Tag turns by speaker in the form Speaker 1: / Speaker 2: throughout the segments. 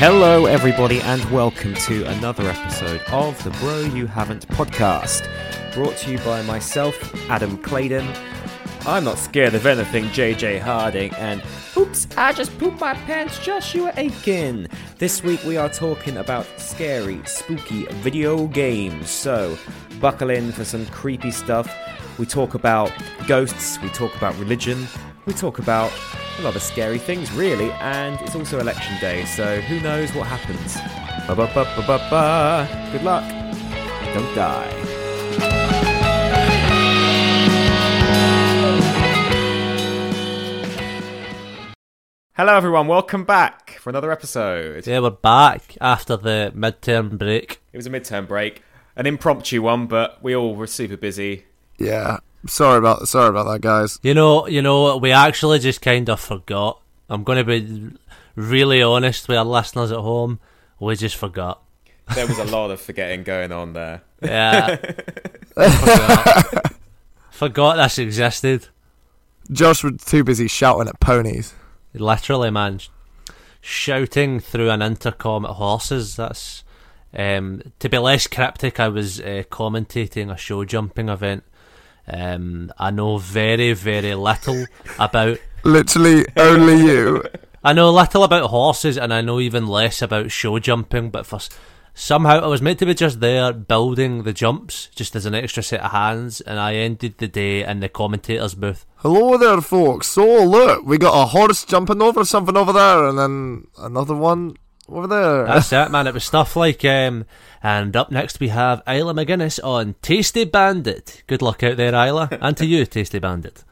Speaker 1: Hello, everybody, and welcome to another episode of the Bro You Haven't podcast, brought to you by myself, Adam Claydon. I'm not scared of anything, JJ Harding, and oops, I just pooped my pants, Joshua Aiken. This week we are talking about scary, spooky video games, so buckle in for some creepy stuff. We talk about ghosts, we talk about religion, we talk about a lot of scary things, really, and it's also election day, so who knows what happens. Ba ba ba ba ba ba. Good luck. Don't die. Hello, everyone. Welcome back for another episode.
Speaker 2: Yeah, we're back after the midterm break.
Speaker 1: It was a midterm break, an impromptu one, but we all were super busy.
Speaker 3: Yeah. Sorry about sorry about that, guys.
Speaker 2: You know, you know, we actually just kind of forgot. I'm going to be really honest with our listeners at home. We just forgot.
Speaker 1: There was a lot of forgetting going on there.
Speaker 2: Yeah, forgot. forgot this existed.
Speaker 3: Josh was too busy shouting at ponies.
Speaker 2: Literally, man, sh- shouting through an intercom at horses. That's um, to be less cryptic. I was uh, commentating a show jumping event. Um, I know very, very little about
Speaker 3: Literally only you.
Speaker 2: I know little about horses, and I know even less about show jumping. But for s- somehow, I was meant to be just there building the jumps, just as an extra set of hands, and I ended the day in the commentator's booth.
Speaker 3: Hello there folks. So look, we got a horse jumping over something over there and then another one over there.
Speaker 2: That's it, man. It was stuff like, um, and up next we have Isla McGuinness on Tasty Bandit. Good luck out there, Isla, and to you, Tasty Bandit.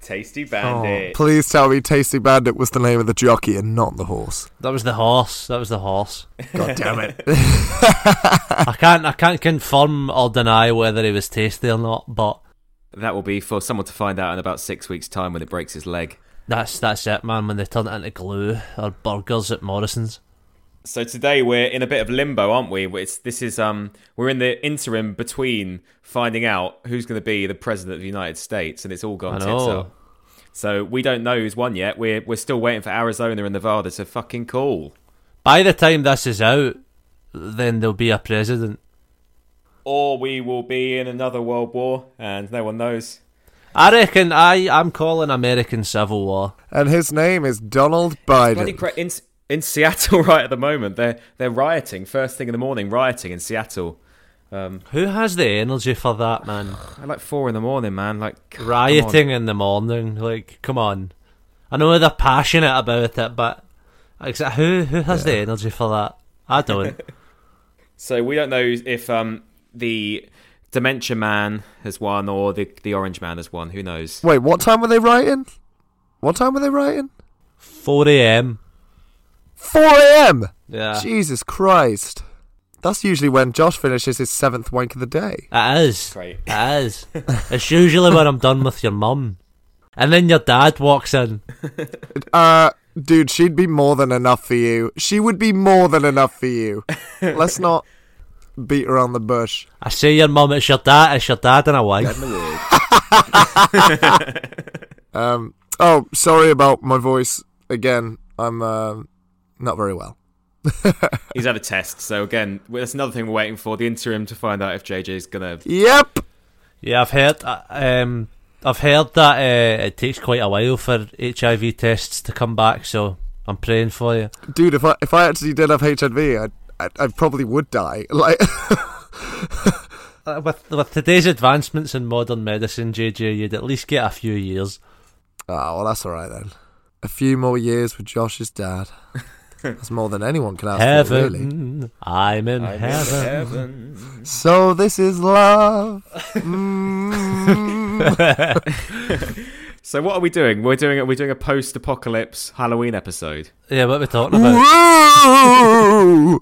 Speaker 1: Tasty
Speaker 3: oh,
Speaker 1: Bandit.
Speaker 3: please tell me Tasty Bandit was the name of the jockey and not the horse.
Speaker 2: That was the horse. That was the horse.
Speaker 3: God damn it.
Speaker 2: I can't, I can't confirm or deny whether he was tasty or not, but
Speaker 1: That will be for someone to find out in about six weeks' time when it breaks his leg.
Speaker 2: that's that's it, man. When they turn it into glue or burgers at Morrison's.
Speaker 1: So today we're in a bit of limbo, aren't we? It's, this is um, we're in the interim between finding out who's going to be the president of the United States, and it's all gone
Speaker 2: I
Speaker 1: tits
Speaker 2: know.
Speaker 1: up. So we don't know who's won yet. We're we're still waiting for Arizona and Nevada to fucking call,
Speaker 2: By the time this is out, then there'll be a president.
Speaker 1: or we will be in another world war, and no one knows.
Speaker 2: I reckon I I'm calling American Civil War.
Speaker 3: and his name is Donald
Speaker 1: Bloody
Speaker 3: Biden.
Speaker 1: cra- in in Seattle right at the moment, they're they're rioting first thing in the morning, rioting in Seattle.
Speaker 2: Who has the energy for that, man?
Speaker 1: At like four in the morning, man. Like come on.
Speaker 2: Rioting in the morning, like come on. I know they're passionate about it, but exa- who who has the energy for that? I don't.
Speaker 1: So we don't know if um, the Dementia Man has won or the the Orange Man has won. Who knows?
Speaker 3: Wait, what time were they writing? What time were they writing?
Speaker 2: 4 a.m.
Speaker 3: 4 a.m.
Speaker 2: Yeah,
Speaker 3: Jesus Christ. That's usually when Josh finishes his seventh wank of the day.
Speaker 2: it is.
Speaker 1: Great.
Speaker 2: It is. It's usually when I'm done with your mum, and then your dad walks in.
Speaker 3: Uh, dude, she'd be more than enough for you. She would be more than enough for you. Let's not beat around the bush.
Speaker 2: I say your mum, it's your dad. It's your dad and a wife.
Speaker 3: Um, oh, sorry about my voice again. I'm um not very well.
Speaker 1: He's had a test. So again, well, that's another thing we're waiting for the interim to find out if JJ's gonna.
Speaker 3: Yep.
Speaker 2: Yeah, I've heard. uh, Um, I've heard that uh, it takes quite a while for HIV tests to come back. So I'm praying for you.
Speaker 3: Dude, if I if I actually did have HIV, I I, I probably would die. Like, oh,
Speaker 2: Uh, with with today's advancements in modern medicine, JJ, you'd at least get a few years.
Speaker 3: ah, well, that's all right then. A few more years with Josh's dad. That's more than anyone can ask for,
Speaker 2: heaven,
Speaker 3: really.
Speaker 2: I'm in
Speaker 1: I'm in
Speaker 2: heaven.
Speaker 1: heaven.
Speaker 3: So this is love. Mm.
Speaker 1: So what are we doing? We're doing we're doing a post-apocalypse Halloween episode.
Speaker 2: Yeah, what are we talking about?
Speaker 3: Woo!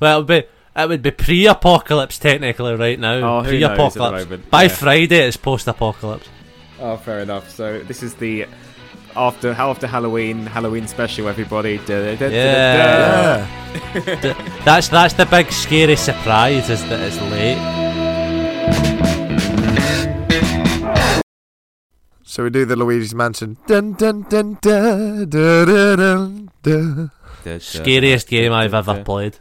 Speaker 2: Well, it would be. It would be pre-apocalypse technically right now.
Speaker 1: Oh, who knows at the
Speaker 2: pre-apocalypse.
Speaker 1: moment,
Speaker 2: By
Speaker 1: yeah.
Speaker 2: Friday, it's post-apocalypse.
Speaker 1: Oh, fair enough. So this is the after after Halloween Halloween special. Everybody,
Speaker 2: Yeah.
Speaker 3: Yeah.
Speaker 2: D- that's that's the big scary surprise is that it's late.
Speaker 3: So we do the Luigi's Mansion. Dun, dun, dun, dun, dun, dun, dun, dun.
Speaker 2: Scariest game I've ever played.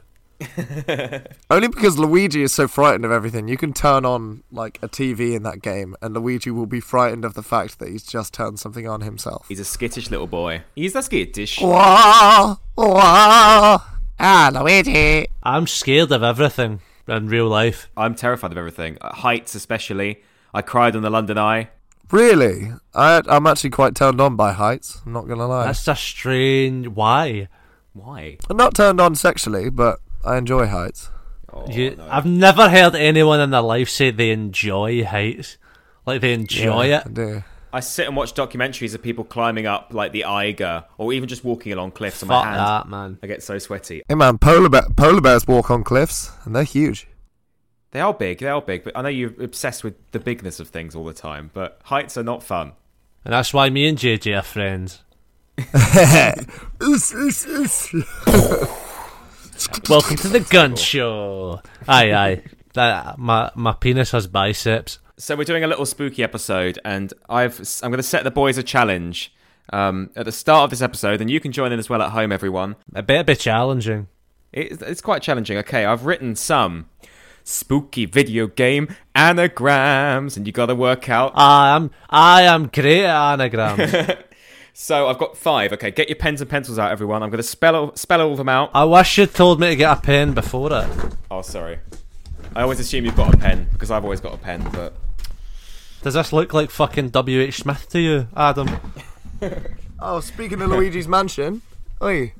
Speaker 3: Only because Luigi is so frightened of everything. You can turn on like a TV in that game, and Luigi will be frightened of the fact that he's just turned something on himself.
Speaker 1: He's a skittish little boy. He's a skittish.
Speaker 3: Whoa, whoa. Ah, Luigi.
Speaker 2: I'm scared of everything in real life.
Speaker 1: I'm terrified of everything. Uh, Heights, especially. I cried on the London Eye.
Speaker 3: Really? I, I'm actually quite turned on by heights. I'm not gonna lie.
Speaker 2: That's a strange. Why?
Speaker 1: Why?
Speaker 3: I'm not turned on sexually, but I enjoy heights.
Speaker 1: Oh,
Speaker 2: You,
Speaker 1: no.
Speaker 2: I've never heard anyone in their life say they enjoy heights. Like they enjoy
Speaker 3: Yeah, I
Speaker 2: it.
Speaker 3: do.
Speaker 1: I sit and watch documentaries of people climbing up like the Eiger or even just walking along cliffs on my
Speaker 2: Fuck
Speaker 1: hand.
Speaker 2: that, man.
Speaker 1: I get so sweaty.
Speaker 3: Hey man, polar, bear, polar bears walk on cliffs, and they're huge.
Speaker 1: They are big, they are big, but I know you're obsessed with the bigness of things all the time, but heights are not fun.
Speaker 2: And that's why me and JJ are friends.
Speaker 3: Oos, oos, oos.
Speaker 2: Welcome to the gun show. Aye, aye. That, my my penis has biceps.
Speaker 1: So we're doing a little spooky episode, and I've I'm going to set the boys a challenge um, at the start of this episode, and you can join in as well at home, everyone.
Speaker 2: It better be challenging.
Speaker 1: It's, it's quite challenging. Okay, I've written some spooky video game anagrams, and you got to work out.
Speaker 2: I am I am great at anagrams.
Speaker 1: So I've got five. Okay, get your pens and pencils out, everyone. I'm going to spell all, spell all of them out.
Speaker 2: I wish you'd told me to get a pen before it.
Speaker 1: Oh, sorry. I always assume you've got a pen because I've always got a pen, but
Speaker 2: Does this look like fucking W. H. Smith to you, Adam?
Speaker 3: Oh, speaking of Luigi's Mansion, oi,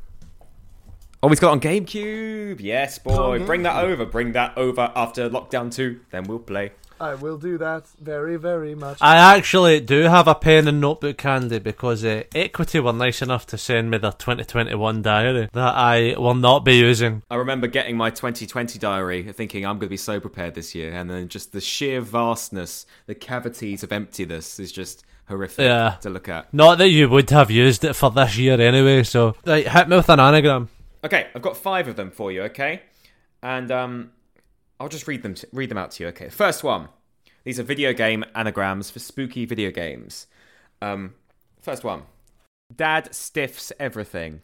Speaker 1: oh, he's got it on GameCube. Yes, boy.
Speaker 3: on
Speaker 1: Bring that over. Bring that over after lockdown two. Then we'll play.
Speaker 3: I will do that very, very much.
Speaker 2: I actually do have a pen and notebook handy because uh, Equity were nice enough to send me their 2021 diary that I will not be using.
Speaker 1: I remember getting my 2020 diary, thinking I'm going to be so prepared this year, and then just the sheer vastness, the cavities of emptiness is just horrific
Speaker 2: Yeah.
Speaker 1: to look at.
Speaker 2: Not that you would have used it for this year anyway, so. Right, hit me with an anagram.
Speaker 1: Okay, I've got five of them for you. Okay, and um, I'll just read them read them out to you. Okay, first one. These are video game anagrams for spooky video games. Um, first one. Dad stiffs everything.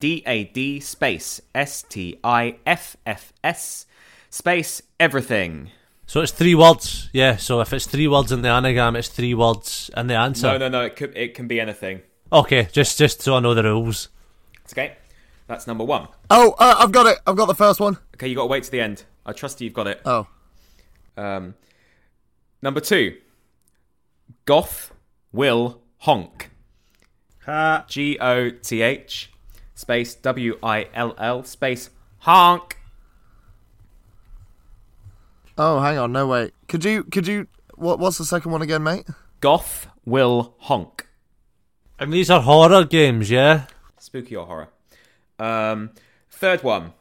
Speaker 1: D A D space S T I F F S space everything.
Speaker 2: So it's three words, yeah. So if it's three words in the anagram, it's three words in the answer.
Speaker 1: No, no, no. It could, it can be anything.
Speaker 2: Okay, just just so I know the rules.
Speaker 1: It's okay. That's number one.
Speaker 3: oh, uh, I've got it. I've got the first one.
Speaker 1: Okay, you got to wait to the end. I trust you've got it.
Speaker 3: Oh,
Speaker 1: Um, number two. Goth will honk. G O T H space W I L L space honk.
Speaker 3: oh, hang on, no wait. Could you, could you? What, what's the second one again, mate?
Speaker 1: Goth will honk.
Speaker 2: And these are horror games, yeah.
Speaker 1: Spooky or horror. Um, third one.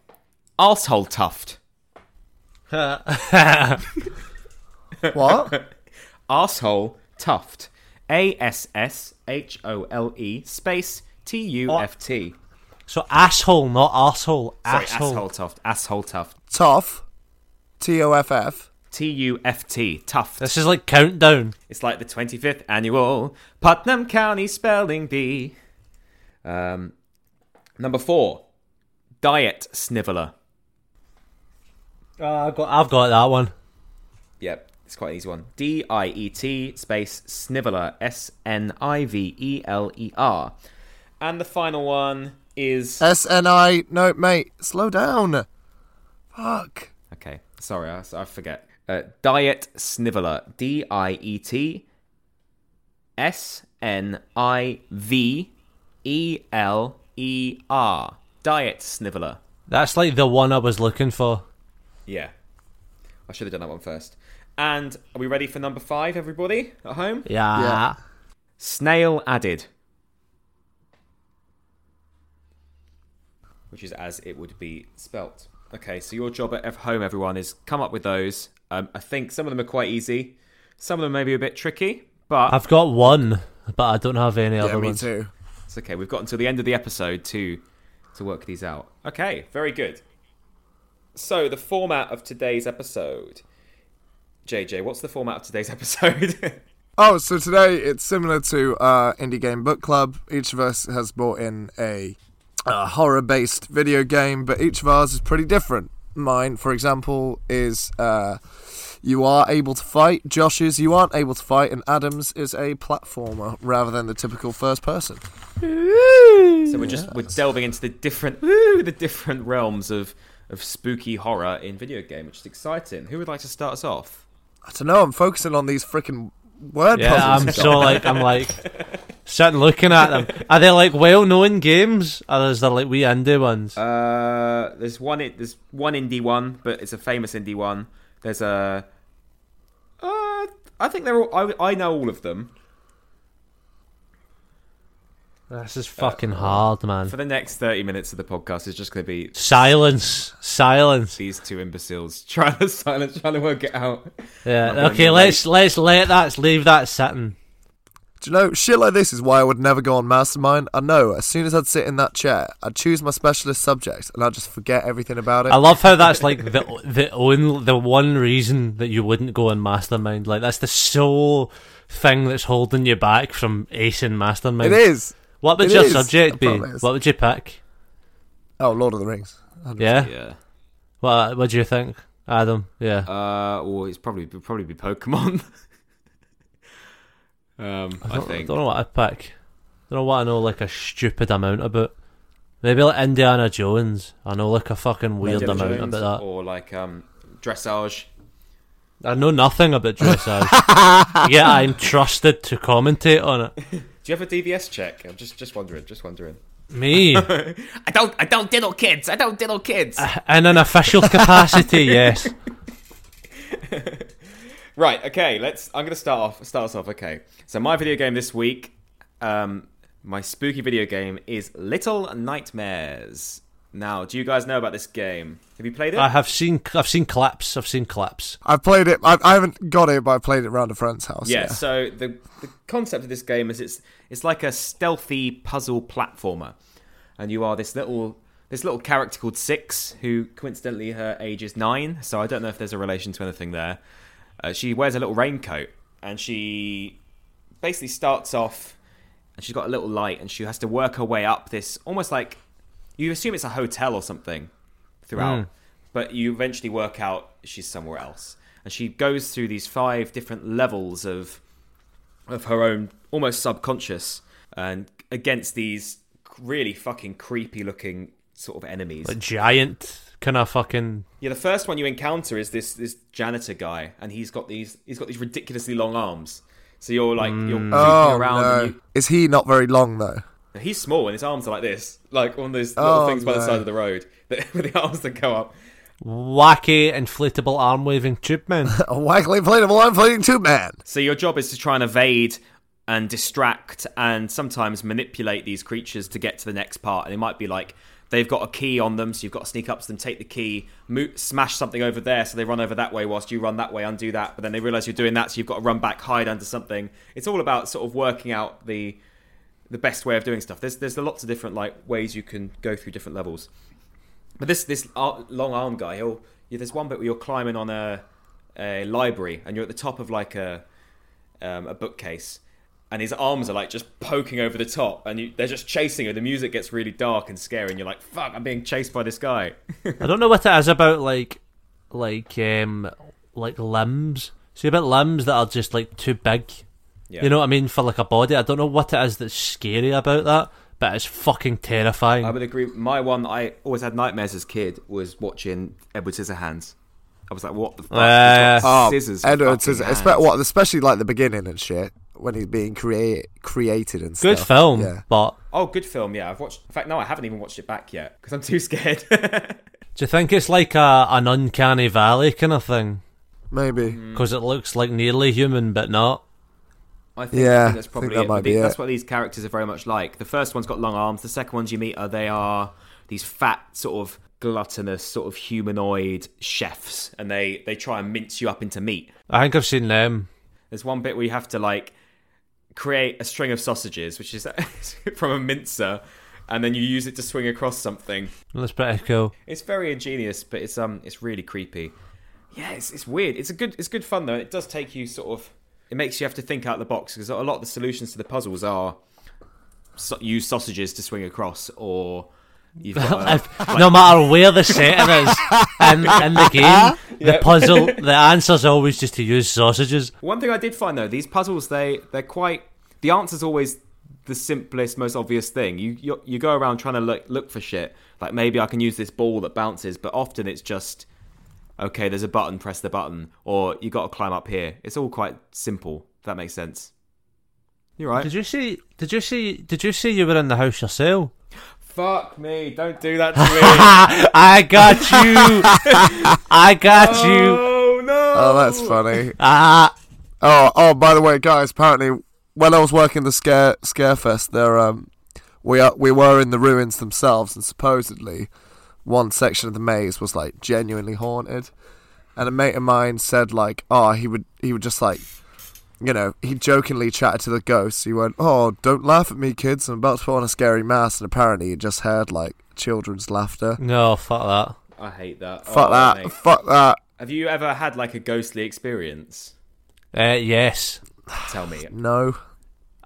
Speaker 1: Asshole tuft.
Speaker 3: What?
Speaker 1: Asshole tuft. A S S H O L E space T U F T.
Speaker 2: so asshole, not arsehole.
Speaker 1: Sorry,
Speaker 2: Oh, asshole.
Speaker 1: asshole tuft. Asshole tuft.
Speaker 3: Toff. T O F F.
Speaker 1: T U F T. Tuft.
Speaker 2: This is like countdown.
Speaker 1: It's like the 25th annual Putnam County Spelling Bee. Um, number four, Diet Sniveller.
Speaker 2: I've got I've got that one.
Speaker 1: Yep, it's quite an easy one. D I E T space Sniveller. S N I V E L E R. And the final one is.
Speaker 3: S N I. No, mate, slow down. Fuck.
Speaker 1: Okay, sorry, I, I forget. Uh, Diet Sniveller. D I E T S N I V E L E R. Diet Sniveller.
Speaker 2: That's like the one I was looking for.
Speaker 1: Yeah. I should have done that one first. And are we ready for number five, everybody at home?
Speaker 2: Yeah.
Speaker 3: Yeah.
Speaker 1: Snail added. Which is as it would be spelt. Okay, so your job at ev- home, everyone, is come up with those. Um, I think some of them are quite easy. Some of them may be a bit tricky, but
Speaker 2: I've got one, but I don't have any
Speaker 3: Yeah,
Speaker 2: other
Speaker 3: me
Speaker 2: ones.
Speaker 3: too.
Speaker 1: it's okay. We've got until the end of the episode to to work these out. Okay, very good. So the format of today's episode, JJ, what's the format of today's episode?
Speaker 3: Oh, so today it's similar to uh, Indie Game Book Club. Each of us has brought in a a horror based video game, but each of ours is pretty different. Mine, for example, is uh, you are able to fight, Josh's you aren't able to fight, and Adam's is a platformer rather than the typical first person.
Speaker 1: So we're just we're delving into the different woo, the different realms of of spooky horror in video game, which is exciting. Who would like to start us off?
Speaker 3: I don't know, I'm focusing on these freaking word
Speaker 2: Yeah,
Speaker 3: puzzles.
Speaker 2: I'm
Speaker 3: you've got.
Speaker 2: so like I'm like sitting looking at them. Are they like well known games? Or is there like wee indie ones?
Speaker 1: Uh, there's one i- there's one indie one, but it's a famous indie one. There's a uh, I think they're all I, I know all of them.
Speaker 2: this is
Speaker 3: uh,
Speaker 2: fucking hard, man.
Speaker 1: For the next thirty minutes of the podcast, it's just going to be
Speaker 2: Silence. Silence.
Speaker 1: these two imbeciles trying to silence, trying to work it out. Not
Speaker 2: Yeah.
Speaker 1: gonna
Speaker 2: Okay,
Speaker 1: be
Speaker 2: let's let's let that leave that sitting.
Speaker 3: Do you know, shit like this is why I would never go on Mastermind. I know, as soon as I'd sit in that chair, I'd choose my specialist subjects and I'd just forget everything about it.
Speaker 2: I love how that's like the the only the one reason that you wouldn't go on Mastermind. Like that's the sole thing that's holding you back from acing Mastermind.
Speaker 3: it is.
Speaker 2: What would
Speaker 3: It
Speaker 2: your
Speaker 3: is, I
Speaker 2: subject be?
Speaker 3: promise.
Speaker 2: What would you pick?
Speaker 3: Oh, Lord of the Rings.
Speaker 2: Yeah.
Speaker 1: Yeah.
Speaker 2: What What do you think, Adam? Yeah.
Speaker 1: Uh, or it's probably it'd probably be Pokemon. um, I,
Speaker 2: don't,
Speaker 1: think.
Speaker 2: don't know what I'd pick. Don't know what I know like a stupid amount about. Maybe like Indiana Jones. I know like a fucking weird
Speaker 1: Indiana
Speaker 2: amount
Speaker 1: Jones
Speaker 2: about
Speaker 1: Or like um, dressage.
Speaker 2: that. I know nothing about dressage. yeah, I'm trusted to commentate on it.
Speaker 1: Do you have a DVS check? I'm just just wondering. Just wondering.
Speaker 2: Me,
Speaker 1: I don't. I don't diddle kids. I don't diddle kids.
Speaker 2: in an official capacity, yes.
Speaker 1: Right, okay, let's I'm gonna start off start us off, okay. So my video game this week, um my spooky video game is Little Nightmares. Now, do you guys know about this game? Have you played it?
Speaker 2: I have seen, I've seen claps, I've seen claps.
Speaker 3: I've played it. I, I haven't got it, but I played it round a friend's house.
Speaker 1: yeah, so the the concept of this game is it's it's like a stealthy puzzle platformer. And you are this little this little character called Six, who coincidentally her age is nine, so I don't know if there's a relation to anything there. Uh, she wears a little raincoat and she basically starts off and she's got a little light and she has to work her way up this almost like you assume it's a hotel or something throughout but you eventually work out she's somewhere else and she goes through these five different levels of of her own almost subconscious and against these really fucking creepy looking sort of enemies
Speaker 2: Like giant, kind of fucking.
Speaker 1: yeah, the first one you encounter is this this janitor guy, and he's got these he's got these ridiculously long arms. So you're like you're creeping
Speaker 3: Oh,
Speaker 1: around.
Speaker 3: no.
Speaker 1: And
Speaker 3: Is he not very long, though?
Speaker 1: you, he's small, and his arms are like this, like one of those little
Speaker 3: Oh,
Speaker 1: things by the
Speaker 3: no.
Speaker 1: side of the road that with the arms that go up.
Speaker 2: Wacky inflatable arm waving tube man.
Speaker 3: A waggly inflatable arm floating tube man.
Speaker 1: So your job is to try and evade and distract and sometimes manipulate these creatures to get to the next part. And it might be like they've got a key on them, so you've got to sneak up to them, take the key, mo- smash something over there, so they run over that way whilst you run that way, undo that. But then they realize you're doing that, so you've got to run back, hide under something. It's all about sort of working out the the best way of doing stuff. There's there's lots of different like ways you can go through different levels. But this this ar- long arm guy, he'll yeah, there's one bit where you're climbing on a a library and you're at the top of like a um, a bookcase, and his arms are like just poking over the top, and you, they're just chasing her. The music gets really dark and scary, and you're like, "Fuck, I'm being chased by this guy."
Speaker 2: I don't know what it is about like like um like limbs. See about limbs that are just like too big.
Speaker 1: Yeah.
Speaker 2: You know what I mean? For like a body. I don't know what it is that's scary about that, but it's fucking terrifying.
Speaker 1: I would agree. My one I always had nightmares as a kid was watching Edward Scissorhands. I was like, "What the fuck?"
Speaker 2: Yeah.
Speaker 1: He's got
Speaker 3: Oh,
Speaker 1: scissors. for
Speaker 3: Edward
Speaker 1: fucking
Speaker 3: Scissors.
Speaker 1: hands.
Speaker 3: Espe- what, especially like the beginning and shit when he's being create- created and stuff.
Speaker 2: Good film,
Speaker 3: Yeah.
Speaker 2: but
Speaker 1: Oh, good film. Yeah, I've watched. In fact, no, I haven't even watched it back yet because I'm too scared.
Speaker 2: do you think it's like a an uncanny valley kind of thing?
Speaker 3: Maybe.
Speaker 1: Mm.
Speaker 2: Because it looks like nearly human, but not.
Speaker 1: I think, I
Speaker 3: Yeah,
Speaker 1: think that's
Speaker 3: I think
Speaker 1: probably
Speaker 3: that
Speaker 1: it.
Speaker 3: might
Speaker 1: The-
Speaker 3: be
Speaker 1: That's
Speaker 3: it.
Speaker 1: what these characters are very much like. The first one's got long arms. The second ones you meet are they are these fat, sort of gluttonous, sort of humanoid chefs, and they they try and mince you up into meat.
Speaker 2: I think I've seen them.
Speaker 1: There's one bit where you have to like create a string of sausages, which is from a mincer, and then you use it to swing across something.
Speaker 2: That's pretty cool.
Speaker 1: It's very ingenious, but it's um it's really creepy. Yeah, it's, it's weird. It's a good it's good fun though. and It does take you sort of it makes you have to think out the box because a lot of the solutions to the puzzles are so, use sausages to swing across or You've got a,
Speaker 2: If, no matter where the setting is in, in the game, the puzzle, the answer's always just to use sausages.
Speaker 1: One thing I did find though, these puzzles they they're quite the answer's always the simplest, most obvious thing. You you, you go around trying to look look for shit. Like maybe I can use this ball that bounces, but often it's just okay. There's a button, press the button, or you got to climb up here. It's all quite simple. If that makes sense. You're right.
Speaker 2: Did you see? Did you see? Did you see you were in the house yourself?
Speaker 1: Fuck me! Don't do that to me.
Speaker 2: Ah, I got you. I got you.
Speaker 1: oh no!
Speaker 3: Oh, that's funny.
Speaker 2: Ah,
Speaker 3: Oh, oh, by the way, guys, apparently when I was working the scare scarefest, there um, we are, we were in the ruins themselves, and supposedly one section of the maze was like genuinely haunted. And a mate of mine said like, oh, he would he would just like, you know, he jokingly chatted to the ghosts. He went, oh, don't laugh at me, kids. I'm about to put on a scary mask, and apparently he just heard like children's laughter.
Speaker 2: no, fuck that.
Speaker 1: I hate that.
Speaker 3: Fuck
Speaker 1: Oh,
Speaker 3: that!
Speaker 1: mate.
Speaker 3: Fuck that!
Speaker 1: Have you ever had like a ghostly experience?
Speaker 2: Uh, yes,
Speaker 1: Tell me.
Speaker 3: No.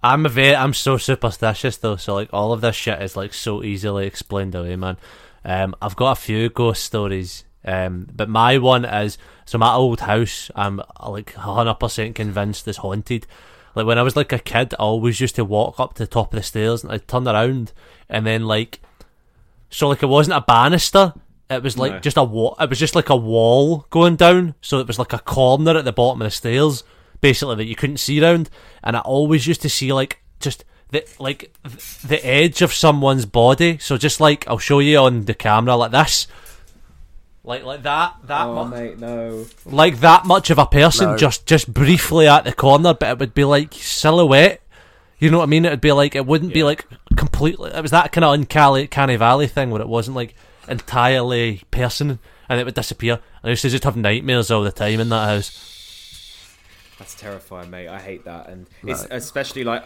Speaker 2: I'm a ve- I'm so superstitious though, so like all of this shit is like so easily explained away, man. Um, I've got a few ghost stories. Um, but my one is so my old house. I'm uh, like 100 percent convinced is haunted. Like when I was like a kid, I always used to walk up to the top of the stairs and I'd turn around and then like so like it wasn't a banister. It was like
Speaker 1: No.
Speaker 2: just a wall. It was just like a wall going down. So it was like a corner at the bottom of the stairs, basically that you couldn't see round. And I always used to see like just the like th- the edge of someone's body. So just like I'll show you on the camera like this, like like that that
Speaker 1: Oh
Speaker 2: much,
Speaker 1: mate, no.
Speaker 2: like that much of a person
Speaker 3: No.
Speaker 2: just just briefly at the corner, but it would be like silhouette. You know what I mean? It would be like it wouldn't be
Speaker 1: Yeah.
Speaker 2: like completely. It was that kind of uncanny canny valley thing where it wasn't like entirely person, and it would disappear. I used to just have nightmares all the time in that house.
Speaker 1: That's terrifying, mate. I hate that, and it's especially like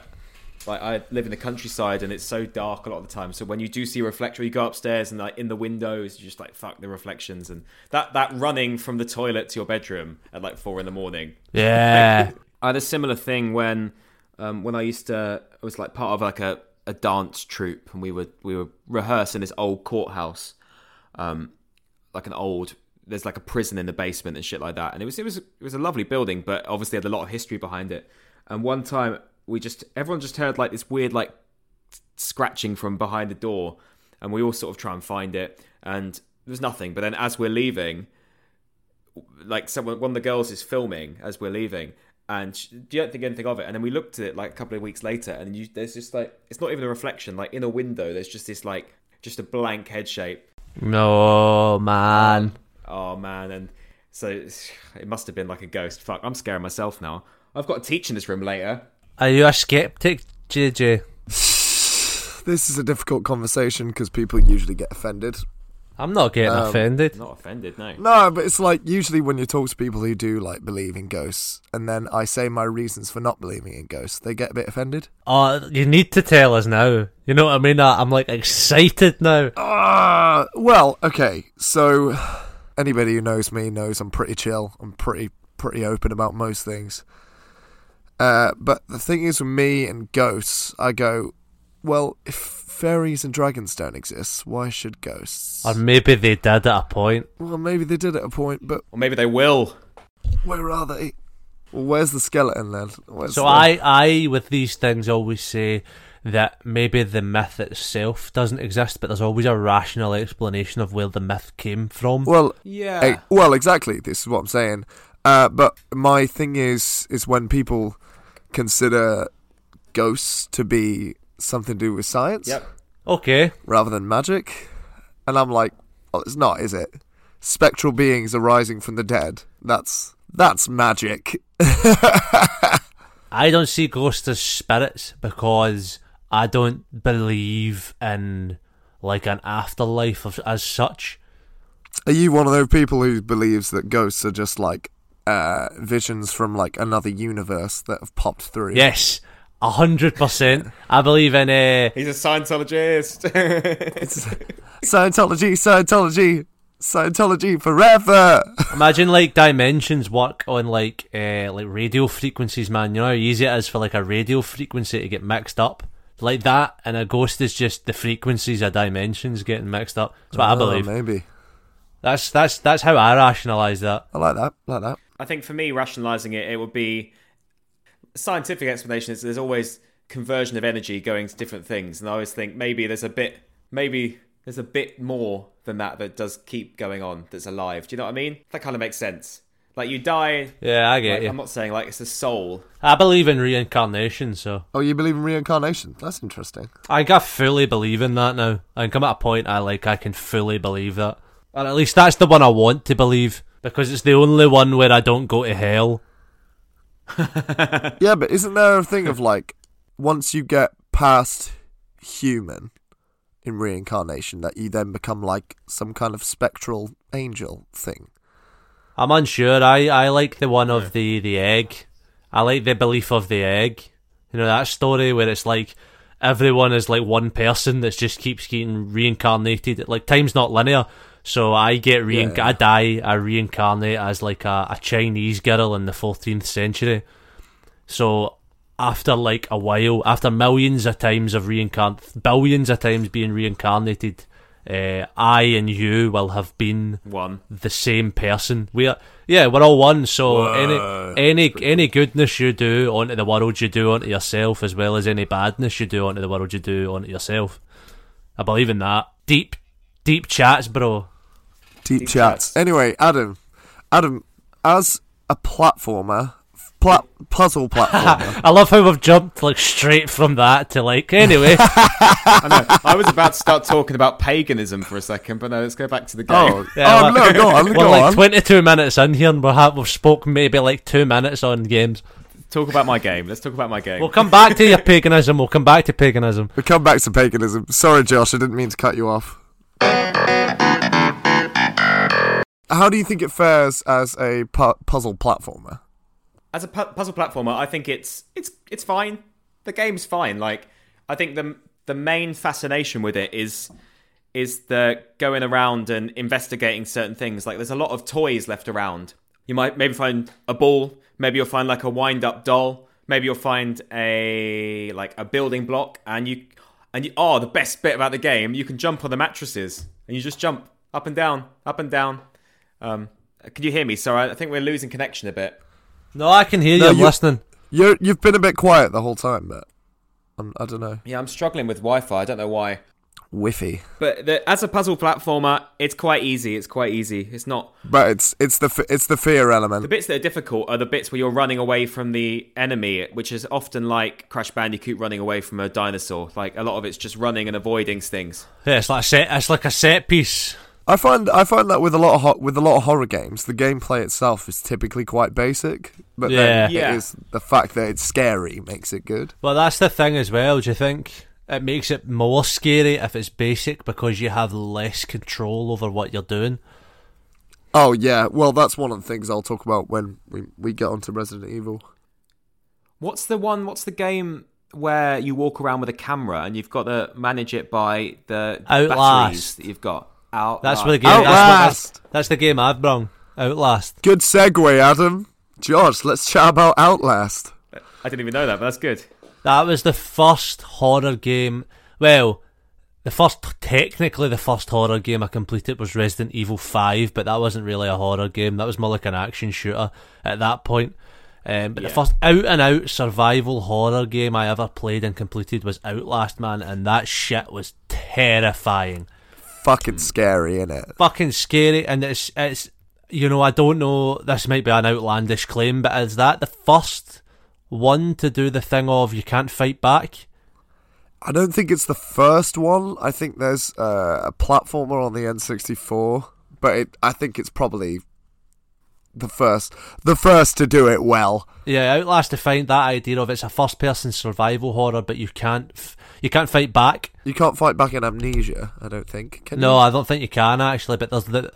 Speaker 1: like I live in the countryside, and it's so dark a lot of the time. So when you do see a reflection, you go upstairs and like in the windows, you just like fuck the reflections, and that that running from the toilet to your bedroom at like four in the morning.
Speaker 2: Yeah,
Speaker 1: I had a similar thing when um, when I used to I was like part of like a, a dance troupe and we were we were rehearsing this old courthouse um, like an old there's like a prison in the basement and shit like that and it was it was it was a lovely building but obviously had a lot of history behind it and one time we just everyone just heard like this weird like scratching from behind the door and we all sort of try and find it and there's nothing but then as we're leaving like someone one of the girls is filming as we're leaving and she, you don't think anything of it and then we looked at it like a couple of weeks later and you there's just like it's not even a reflection like in a window there's just this like just a blank head shape
Speaker 2: no man.
Speaker 1: oh man and so it's- it must have been like a ghost fuck i'm scaring myself now i've got a teach in this room later
Speaker 2: Are you a skeptic, JJ?
Speaker 3: This is a difficult conversation because people usually get offended.
Speaker 2: I'm not getting offended.
Speaker 1: I'm not offended no
Speaker 3: No, but it's like usually when you talk to people who do like believe in ghosts, and then I say my reasons for not believing in ghosts, they get a bit offended.
Speaker 2: Oh, you need to tell us now. You know what I mean? I- I'm like excited now.
Speaker 3: Ah, well, okay. So anybody who knows me knows I'm pretty chill. I'm pretty pretty open about most things. Uh, but the thing is with me and ghosts, I go, well, if fairies and dragons don't exist, why should ghosts?
Speaker 2: Or maybe they did at a point.
Speaker 3: well, maybe they did at a point, but
Speaker 1: or maybe they will
Speaker 3: where are they? Well, where's the skeleton then? Where's
Speaker 2: So
Speaker 3: the-
Speaker 2: I, I, with these things, always say that maybe the myth itself doesn't exist, but there's always a rational explanation of where the myth came from.
Speaker 3: Well,
Speaker 1: yeah
Speaker 3: eh, well, exactly. This is what I'm saying. Uh, but my thing is, is when people consider ghosts to be something to do with science
Speaker 1: yep
Speaker 2: Okay,
Speaker 3: rather than magic, and I'm like, oh, it's not, is it? Spectral beings arising from the dead. That's that's magic.
Speaker 2: I don't see ghosts as spirits because I don't believe in like an afterlife of, as such.
Speaker 3: Are you one of those people who believes that ghosts are just like uh, visions from like another universe that have popped through?
Speaker 2: Yes, a hundred percent. I believe in uh,
Speaker 1: he's a scientologist
Speaker 3: Scientology, Scientology, Scientology forever.
Speaker 2: Imagine like dimensions work on eh, like uh, like radio frequencies, man. You know how easy it is for like a radio frequency to get mixed up like that, and a ghost is just the frequencies of dimensions getting mixed up. That's
Speaker 1: Oh,
Speaker 2: what I
Speaker 3: Ah,
Speaker 2: believe.
Speaker 3: Maybe.
Speaker 2: That's that's that's how I rationalise that.
Speaker 3: I like that. Like that.
Speaker 1: I think for me, rationalizing it, it would be scientific explanation is there's always conversion of energy going to different things, and I always think maybe there's a bit, maybe there's a bit more than that that does keep going on that's alive. Do you know what I mean? That kind of makes sense. Like you die.
Speaker 2: Yeah, I get
Speaker 1: Like,
Speaker 2: you.
Speaker 1: I'm not saying like it's a soul.
Speaker 2: I believe in reincarnation, so
Speaker 3: Oh, you believe in reincarnation? That's interesting.
Speaker 2: I think I fully believe in that now. I think I'm at a point I like I can fully believe that. Or at least that's the one I want to believe. Because it's the only one where I don't go to hell.
Speaker 3: Yeah, but isn't there a thing of like once you get past human in reincarnation that you then become like some kind of spectral angel thing?
Speaker 2: I'm unsure. I, I like the one of the, the egg. I like the belief of the egg. You know, that story where it's like everyone is like one person that just keeps getting reincarnated. Like time's not linear. So I get rein-
Speaker 3: Yeah.
Speaker 2: I die, I reincarnate as like a, a Chinese girl in the 14th century. So after like a while, after millions of times of reincarnation, billions of times being reincarnated, uh, I and you will have been
Speaker 1: One.
Speaker 2: the same person. We're yeah, we're all one. So any any any goodness you do onto the world, you do onto yourself, as well as any badness you do onto the world, you do onto yourself. I believe in that. Deep deep chats, bro.
Speaker 3: Deep,
Speaker 1: Deep
Speaker 3: chats.
Speaker 1: chats.
Speaker 3: Anyway, Adam, Adam, as a platformer, pla- puzzle platformer.
Speaker 2: I love how we've jumped like straight from that to like anyway.
Speaker 1: I know. I was about to start talking about paganism for a second, but no, let's go back to the game.
Speaker 3: oh,
Speaker 2: Yeah,
Speaker 3: oh
Speaker 2: well-
Speaker 3: no, go on,
Speaker 2: we're
Speaker 3: go
Speaker 2: like
Speaker 3: on.
Speaker 2: 22 minutes in here, and we're ha- we've spoke maybe like two minutes on games.
Speaker 1: Talk about my game. Let's talk about my game.
Speaker 2: We'll come back to your paganism. We'll come back to paganism.
Speaker 3: we come back to paganism. Sorry, Josh, I didn't mean to cut you off. How do you think it fares as a pu- puzzle platformer?
Speaker 1: as a pu- puzzle platformer, I think it's it's it's fine. The game's fine. Like I think the the main fascination with it is is the going around and investigating certain things. Like there's a lot of toys left around. You might maybe find a ball, maybe you'll find like a wind up doll, maybe you'll find a like a building block and you and you oh the best bit about the game, you can jump on the mattresses and you just jump up and down, up and down. Um can you hear me? Sorry, I think we're losing connection a bit.
Speaker 2: No, I can hear
Speaker 3: No,
Speaker 2: you. I'm
Speaker 3: you-
Speaker 2: listening.
Speaker 3: You're, you've been a bit quiet the whole time, but um, I don't know.
Speaker 1: Yeah, I'm struggling with Wi-Fi. I don't know why.
Speaker 3: Whiffy.
Speaker 1: But the, as a puzzle platformer, it's quite easy. It's quite easy. It's not
Speaker 3: But it's it's the f- it's the fear
Speaker 1: the
Speaker 3: element.
Speaker 1: bits that are difficult are the bits where you're running away from the enemy, which is often like Crash Bandicoot running away from a dinosaur. Like a lot of it's just running and avoiding things.
Speaker 2: Yeah, it's like a set. It's like a set piece.
Speaker 3: I find I find that with a lot of ho- with a lot of horror games, the gameplay itself is typically quite basic. But then
Speaker 2: Yeah.
Speaker 1: Yeah.
Speaker 3: it is the fact that it's scary makes it good.
Speaker 2: Well, that's the thing as well. Do you think it makes it more scary if it's basic because you have less control over what you're doing?
Speaker 3: Oh yeah, well that's one of the things I'll talk about when we, we get onto Resident Evil.
Speaker 1: What's the one? What's the game where you walk around with a camera and you've got to manage it by the batteries
Speaker 2: Outlast.
Speaker 1: that you've got? Out.
Speaker 2: That's where the game. That's, what, that's,
Speaker 3: Outlast.
Speaker 2: that's the game I've brung. Outlast.
Speaker 3: Good segue, Adam. George, let's chat about Outlast.
Speaker 1: I didn't even know that, but that's good.
Speaker 2: That was the first horror game. Well, the first technically the first horror game I completed was Resident Evil Five, but that wasn't really a horror game. That was more like an action shooter at that point. Um, but the
Speaker 1: Yeah.
Speaker 2: first out and out survival horror game I ever played and completed was Outlast, man, and that shit was terrifying
Speaker 3: Fucking scary, innit?
Speaker 2: fucking scary and it's it's you know I don't know this might be an outlandish claim but is that the first one to do the thing of you can't fight back
Speaker 3: I don't think it's the first one. I think there's uh, a platformer on the N64, but it, I think it's probably the first, the first to do it well.
Speaker 2: yeah Outlast defined that idea of it's a first person survival horror but you can't f- you can't fight back
Speaker 3: You can't fight back in Amnesia, I don't think. Can
Speaker 2: no
Speaker 3: you?
Speaker 2: I don't think you can actually but there's the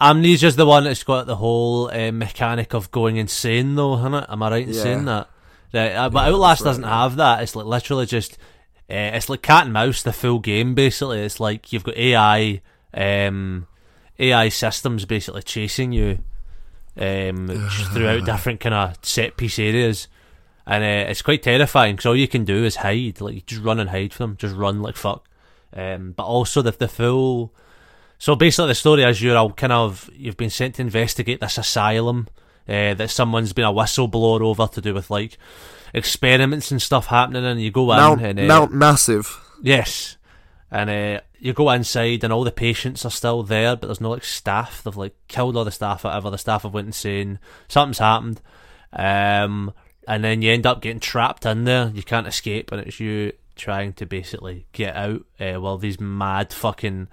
Speaker 2: Amnesia's the one that's got the whole uh, mechanic of going insane though isn't it am I right in
Speaker 3: Yeah.
Speaker 2: saying that right uh, but Outlast doesn't have that it's like literally just Uh, it's like cat and mouse, the full game basically. It's like you've got AI, um, AI systems basically chasing you um, throughout different kind of set piece areas, and uh, it's quite terrifying because all you can do is hide, like you just run and hide from them, just run like fuck. Um, but also the the full. So basically, the story is you're all kind of you've been sent to investigate this asylum uh, that someone's been a whistleblower over to do with like experiments and stuff happening, and you go in
Speaker 3: Mount,
Speaker 2: and uh,
Speaker 3: Mount Massive.
Speaker 2: Yes. And uh, you go inside, and all the patients are still there, but there's no like staff. They've like killed all the staff, or whatever. The staff have went insane. Something's happened. Um, and then you end up getting trapped in there. You can't escape, and it's you trying to basically get out. Uh, while these mad fucking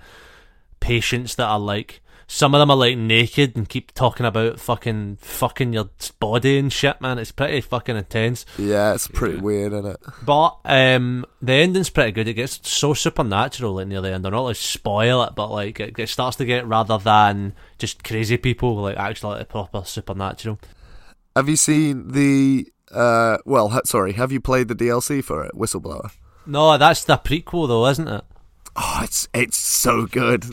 Speaker 2: patients that are like, some of them are like naked and keep talking about fucking fucking your body and shit, man. It's pretty fucking intense.
Speaker 3: Yeah, it's pretty weird, isn't it?
Speaker 2: But um, the ending's pretty good. It gets so supernatural like, near the end. I'm not like spoil it, but like it, it starts to get rather than just crazy people like actually like proper supernatural.
Speaker 3: Have you seen the? Uh, well, ha- sorry. Have you played the DLC for it, Whistleblower?
Speaker 2: No, that's the prequel though, isn't it?
Speaker 3: Oh, it's it's so good.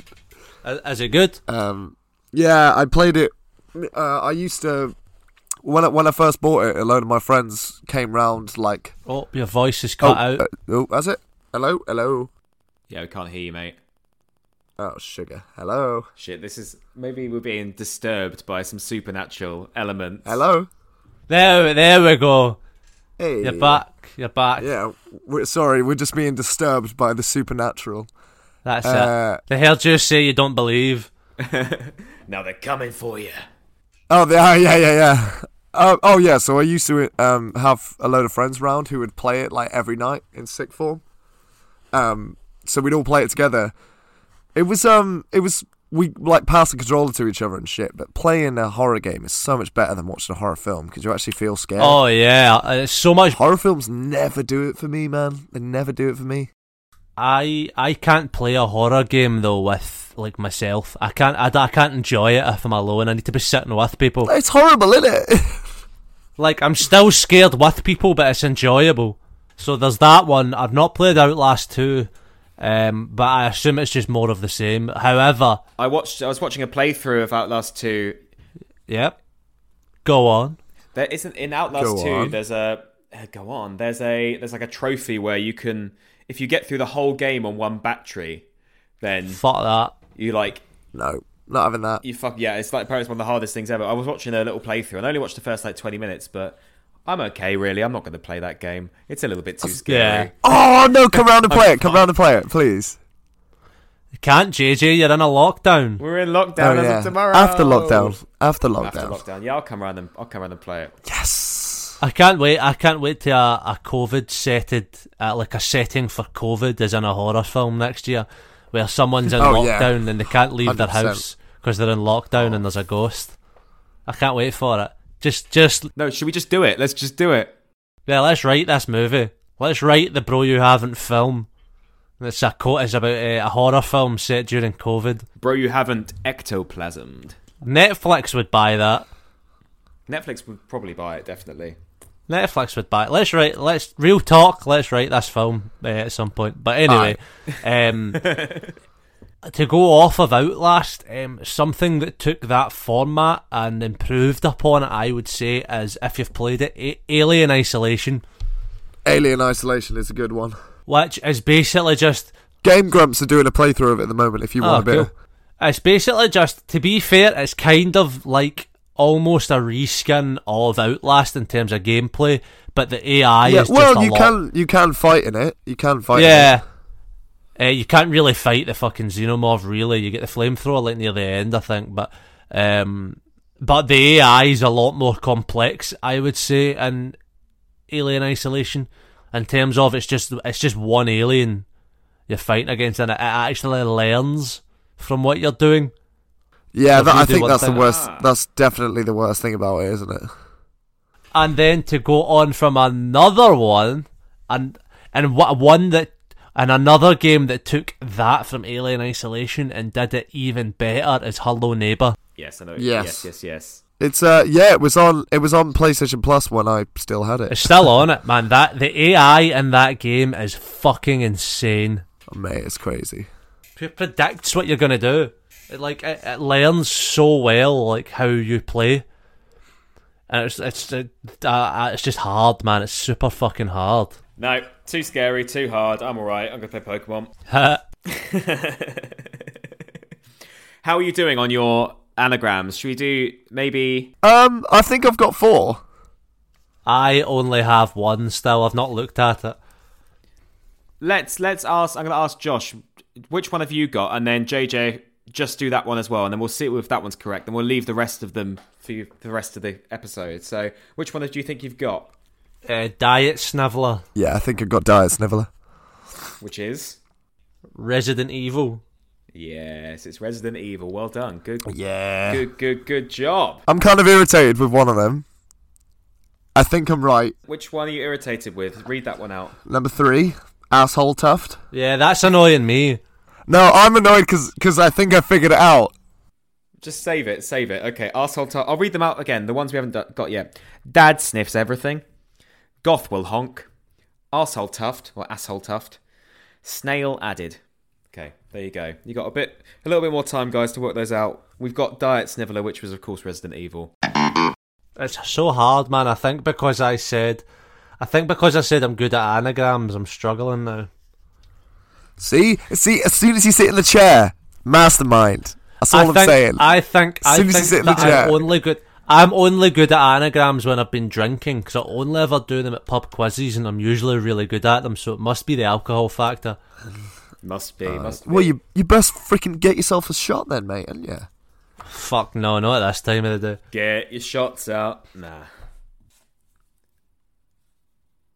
Speaker 2: Is, is it good?
Speaker 3: Um, yeah, I played it. Uh, I used to when I, when I first bought it. A load of my friends came round. Like,
Speaker 2: Oh, your voice is cut out.
Speaker 3: uh, oh, that's it. Hello, hello.
Speaker 1: Yeah, we can't hear you, mate.
Speaker 3: Oh, sugar. Hello,
Speaker 1: Shit, this is maybe we're being disturbed by some supernatural elements.
Speaker 3: hello.
Speaker 2: There, there we go.
Speaker 3: Hey.
Speaker 2: You're back. You're back.
Speaker 3: Yeah, we're, sorry. We're just being disturbed by the supernatural.
Speaker 2: That's
Speaker 3: Uh,
Speaker 2: it. They heard you say you don't believe.
Speaker 1: Now they're coming for you.
Speaker 3: Oh, the, oh yeah, yeah, yeah. Uh, oh, yeah. So I used to um, have a load of friends round who would play it like every night in sick form. Um, so we'd all play it together. It was um, it was we like pass the controller to each other and shit. But playing a horror game is so much better than watching a horror film because you actually feel scared.
Speaker 2: Oh yeah, it's so much
Speaker 3: Horror films never do it for me, man. They never do it for me.
Speaker 2: I I can't play a horror game though with like myself. I can't I, I can't enjoy it if I'm alone. I need to be sitting with people.
Speaker 3: It's horrible, isn't it?
Speaker 2: Like I'm still scared with people, but it's enjoyable. So there's that one. I've not played Outlast two, um, but I assume it's just more of the same. However,
Speaker 1: I watched. I was watching a playthrough of Outlast Two.
Speaker 2: yep, go on.
Speaker 1: There isn't in Outlast
Speaker 3: Go
Speaker 1: Two.
Speaker 3: on.
Speaker 1: There's a uh, go on. There's a there's like a trophy where you can if you get through the whole game on one battery, then
Speaker 2: Fuck that.
Speaker 1: you like
Speaker 3: no, not having that.
Speaker 1: you fuck yeah. It's like probably one of the hardest things ever. I was watching a little playthrough and I only watched the first like twenty minutes, but I'm okay really. I'm not going to play that game. It's a little bit too scary.
Speaker 3: Oh no, come round and play it. Come round and play it, please.
Speaker 2: You can't, JJ. You're in a lockdown.
Speaker 1: We're in lockdown
Speaker 3: oh,
Speaker 1: as
Speaker 3: yeah.
Speaker 1: of tomorrow.
Speaker 3: After lockdown. After lockdown.
Speaker 1: After lockdown. Yeah, I'll come round and I'll come round and play it.
Speaker 3: Yes.
Speaker 2: I can't wait. I can't wait to a, a COVID setted, uh, like a setting for COVID is in a horror film next year where someone's in
Speaker 3: Oh, yeah.
Speaker 2: lockdown and they can't leave their
Speaker 3: 100%.
Speaker 2: house because they're in lockdown and there's a ghost. I can't wait for it. Just, just,
Speaker 1: No, should we just do it? Let's just do it.
Speaker 2: yeah, let's write this movie. Let's write the bro you haven't film. It's a co- it's about uh, a horror film set during COVID.
Speaker 1: Bro, you haven't ectoplasmed.
Speaker 2: Netflix would buy that.
Speaker 1: Netflix would probably buy it, definitely.
Speaker 2: Netflix would buy. Let's write. Let's real talk. Let's write this film uh, at some point. But anyway, um, to go off of Outlast, um, something that took that format and improved upon it, I would say, is if you've played it, A- Alien Isolation,
Speaker 3: Alien Isolation is a good one.
Speaker 2: which is basically just
Speaker 3: Game Grumps are doing a playthrough of it at the moment if you
Speaker 2: Oh,
Speaker 3: want a bit.
Speaker 2: cool.
Speaker 3: of-
Speaker 2: It's basically just to be fair, it's kind of like almost a reskin of Outlast in terms of gameplay, but the AI
Speaker 3: Yeah,
Speaker 2: is just
Speaker 3: well,
Speaker 2: a
Speaker 3: you
Speaker 2: lot
Speaker 3: can you can fight in it. You can fight. In it.
Speaker 2: Yeah. Uh, you can't really fight the fucking xenomorph, really. You get the flamethrower like near the end, I think, but um, but the AI is a lot more complex, I would say, in Alien Isolation. In terms of it's just it's just one alien you're fighting against, and it, it actually learns from what you're doing.
Speaker 3: Yeah,
Speaker 2: If
Speaker 3: that,
Speaker 2: you
Speaker 3: I
Speaker 2: do
Speaker 3: think
Speaker 2: one
Speaker 3: that's the
Speaker 2: thing-
Speaker 3: worst.
Speaker 1: Ah.
Speaker 3: That's definitely the worst thing about it, isn't it?
Speaker 2: and then to go on from another one and and what one that and another game that took that from Alien Isolation and did it even better is Hello Neighbor.
Speaker 1: Yes, I know.
Speaker 3: Yes.
Speaker 1: Yes, yes, yes. yes.
Speaker 3: It's uh, yeah, it was on it was on PlayStation Plus when I still had it.
Speaker 2: It's still on it, man. That the AI in that game is fucking insane.
Speaker 3: Oh, mate, it's crazy.
Speaker 2: It predicts what you're gonna do. It, like it, it learns so well, like how you play. and it's it's uh, uh, it's just hard, man. It's super fucking hard.
Speaker 1: No, too scary, too hard. I'm alright. I'm going to play Pokemon. How are you doing on your anagrams? Should we do maybe.
Speaker 3: Um, I think I've got four.
Speaker 2: I only have one still. I've not looked at it.
Speaker 1: Let's let's ask. I'm going to ask Josh, which one have you got? And then JJ, just do that one as well. And then we'll see if that one's correct. And we'll leave the rest of them for, you, for the rest of the episode. So, which one do you think you've got?
Speaker 2: Uh, Diet Sniveller,
Speaker 3: Yeah, I think I've got Diet Sniveller.
Speaker 1: Which is.
Speaker 2: Resident Evil.
Speaker 1: Yes, it's Resident Evil. Well done. Good,
Speaker 3: Oh, Yeah.
Speaker 1: good, good, good job.
Speaker 3: I'm kind of irritated with one of them. I think I'm right.
Speaker 1: Which one are you irritated with? Read that one out.
Speaker 3: Number three, asshole tuft.
Speaker 2: Yeah, that's annoying me.
Speaker 3: No, I'm annoyed because I think I figured it out.
Speaker 1: Just save it, save it. Okay, arsehole tar- I'll read them out again, the ones we haven't do- got yet. Dad sniffs everything. Goth will honk. Arsehole tuft, or asshole tuft. Snail added. Okay, there you go. You got a bit, a little bit more time, guys, to work those out. We've got Diet Sniveller, which was, of course, Resident Evil.
Speaker 2: It's so hard, man. I think because I said, I think because I said I'm good at anagrams, I'm struggling now.
Speaker 3: See, see, as soon as you sit in the chair, mastermind. That's all
Speaker 2: I
Speaker 3: am
Speaker 2: think,
Speaker 3: saying.
Speaker 2: I think,
Speaker 3: As
Speaker 2: I
Speaker 3: soon as you
Speaker 2: think
Speaker 3: sit in the
Speaker 2: that I'm
Speaker 3: chair.
Speaker 2: only good. I'm only good at anagrams when I've been drinking because I only ever do them at pub quizzes, and I'm usually really good at them. So it must be the alcohol factor.
Speaker 1: Must be, must be.
Speaker 3: Uh, well, you you best freaking get yourself a shot then, mate, and yeah.
Speaker 2: Fuck no, not at this time of the day.
Speaker 1: Get your shots out. Nah.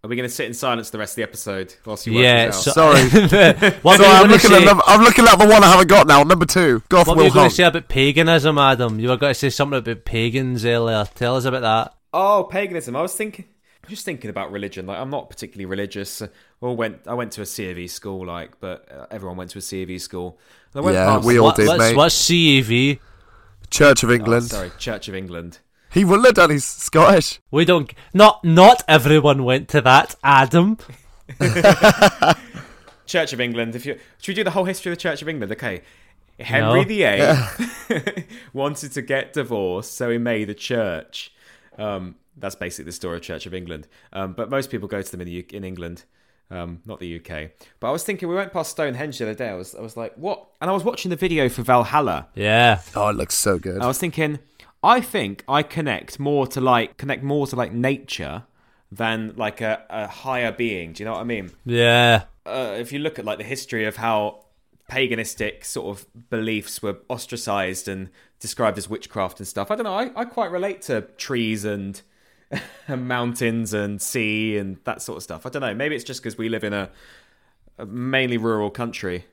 Speaker 1: Are we going to sit in silence the rest of the episode whilst you work
Speaker 2: yeah,
Speaker 1: this out?
Speaker 2: so,
Speaker 3: Sorry.
Speaker 2: what
Speaker 3: So
Speaker 2: were you
Speaker 3: I'm
Speaker 2: gonna
Speaker 3: looking
Speaker 2: say-
Speaker 3: at number, I'm looking at the one I haven't got now. Number two, Goth
Speaker 2: What were
Speaker 3: will
Speaker 2: you going
Speaker 3: honk.
Speaker 2: to say about paganism, Adam? You were going to say something about pagans earlier. Tell us about that.
Speaker 1: Oh, paganism. I was thinking, I was just thinking about religion. Like, I'm not particularly religious. I All went, I went to a C of E school, like, but uh, everyone went to a C of E school. And I went
Speaker 3: Yeah,
Speaker 1: past-
Speaker 3: we all
Speaker 2: What-
Speaker 3: did,
Speaker 2: what's,
Speaker 3: mate.
Speaker 2: what's E CEV?
Speaker 3: Church of
Speaker 1: Oh,
Speaker 3: England.
Speaker 1: sorry, Church of England.
Speaker 3: he will have done. He's Scottish.
Speaker 2: We don't. Not not everyone went to that, Adam.
Speaker 1: Church of England. If you should we do the whole history of the Church of England? Okay. Henry
Speaker 2: No.
Speaker 1: VIII wanted to get divorced, so he made a church. Um, that's basically the story of Church of England. Um, but most people go to them in the U- in England, um, not the UK. But I was thinking we went past Stonehenge the other day. I was I was like, what? And I was watching the video for Valhalla.
Speaker 2: Yeah.
Speaker 3: Oh, it looks so good.
Speaker 1: I was thinking, I think I connect more to like connect more to like nature than like a, a higher being. Do you know what I mean?
Speaker 2: Yeah.
Speaker 1: uh, if you look at like the history of how paganistic sort of beliefs were ostracized and described as witchcraft and stuff, I don't know. I, I quite relate to trees and, and mountains and sea and that sort of stuff. I don't know. Maybe it's just because we live in a, a mainly rural country.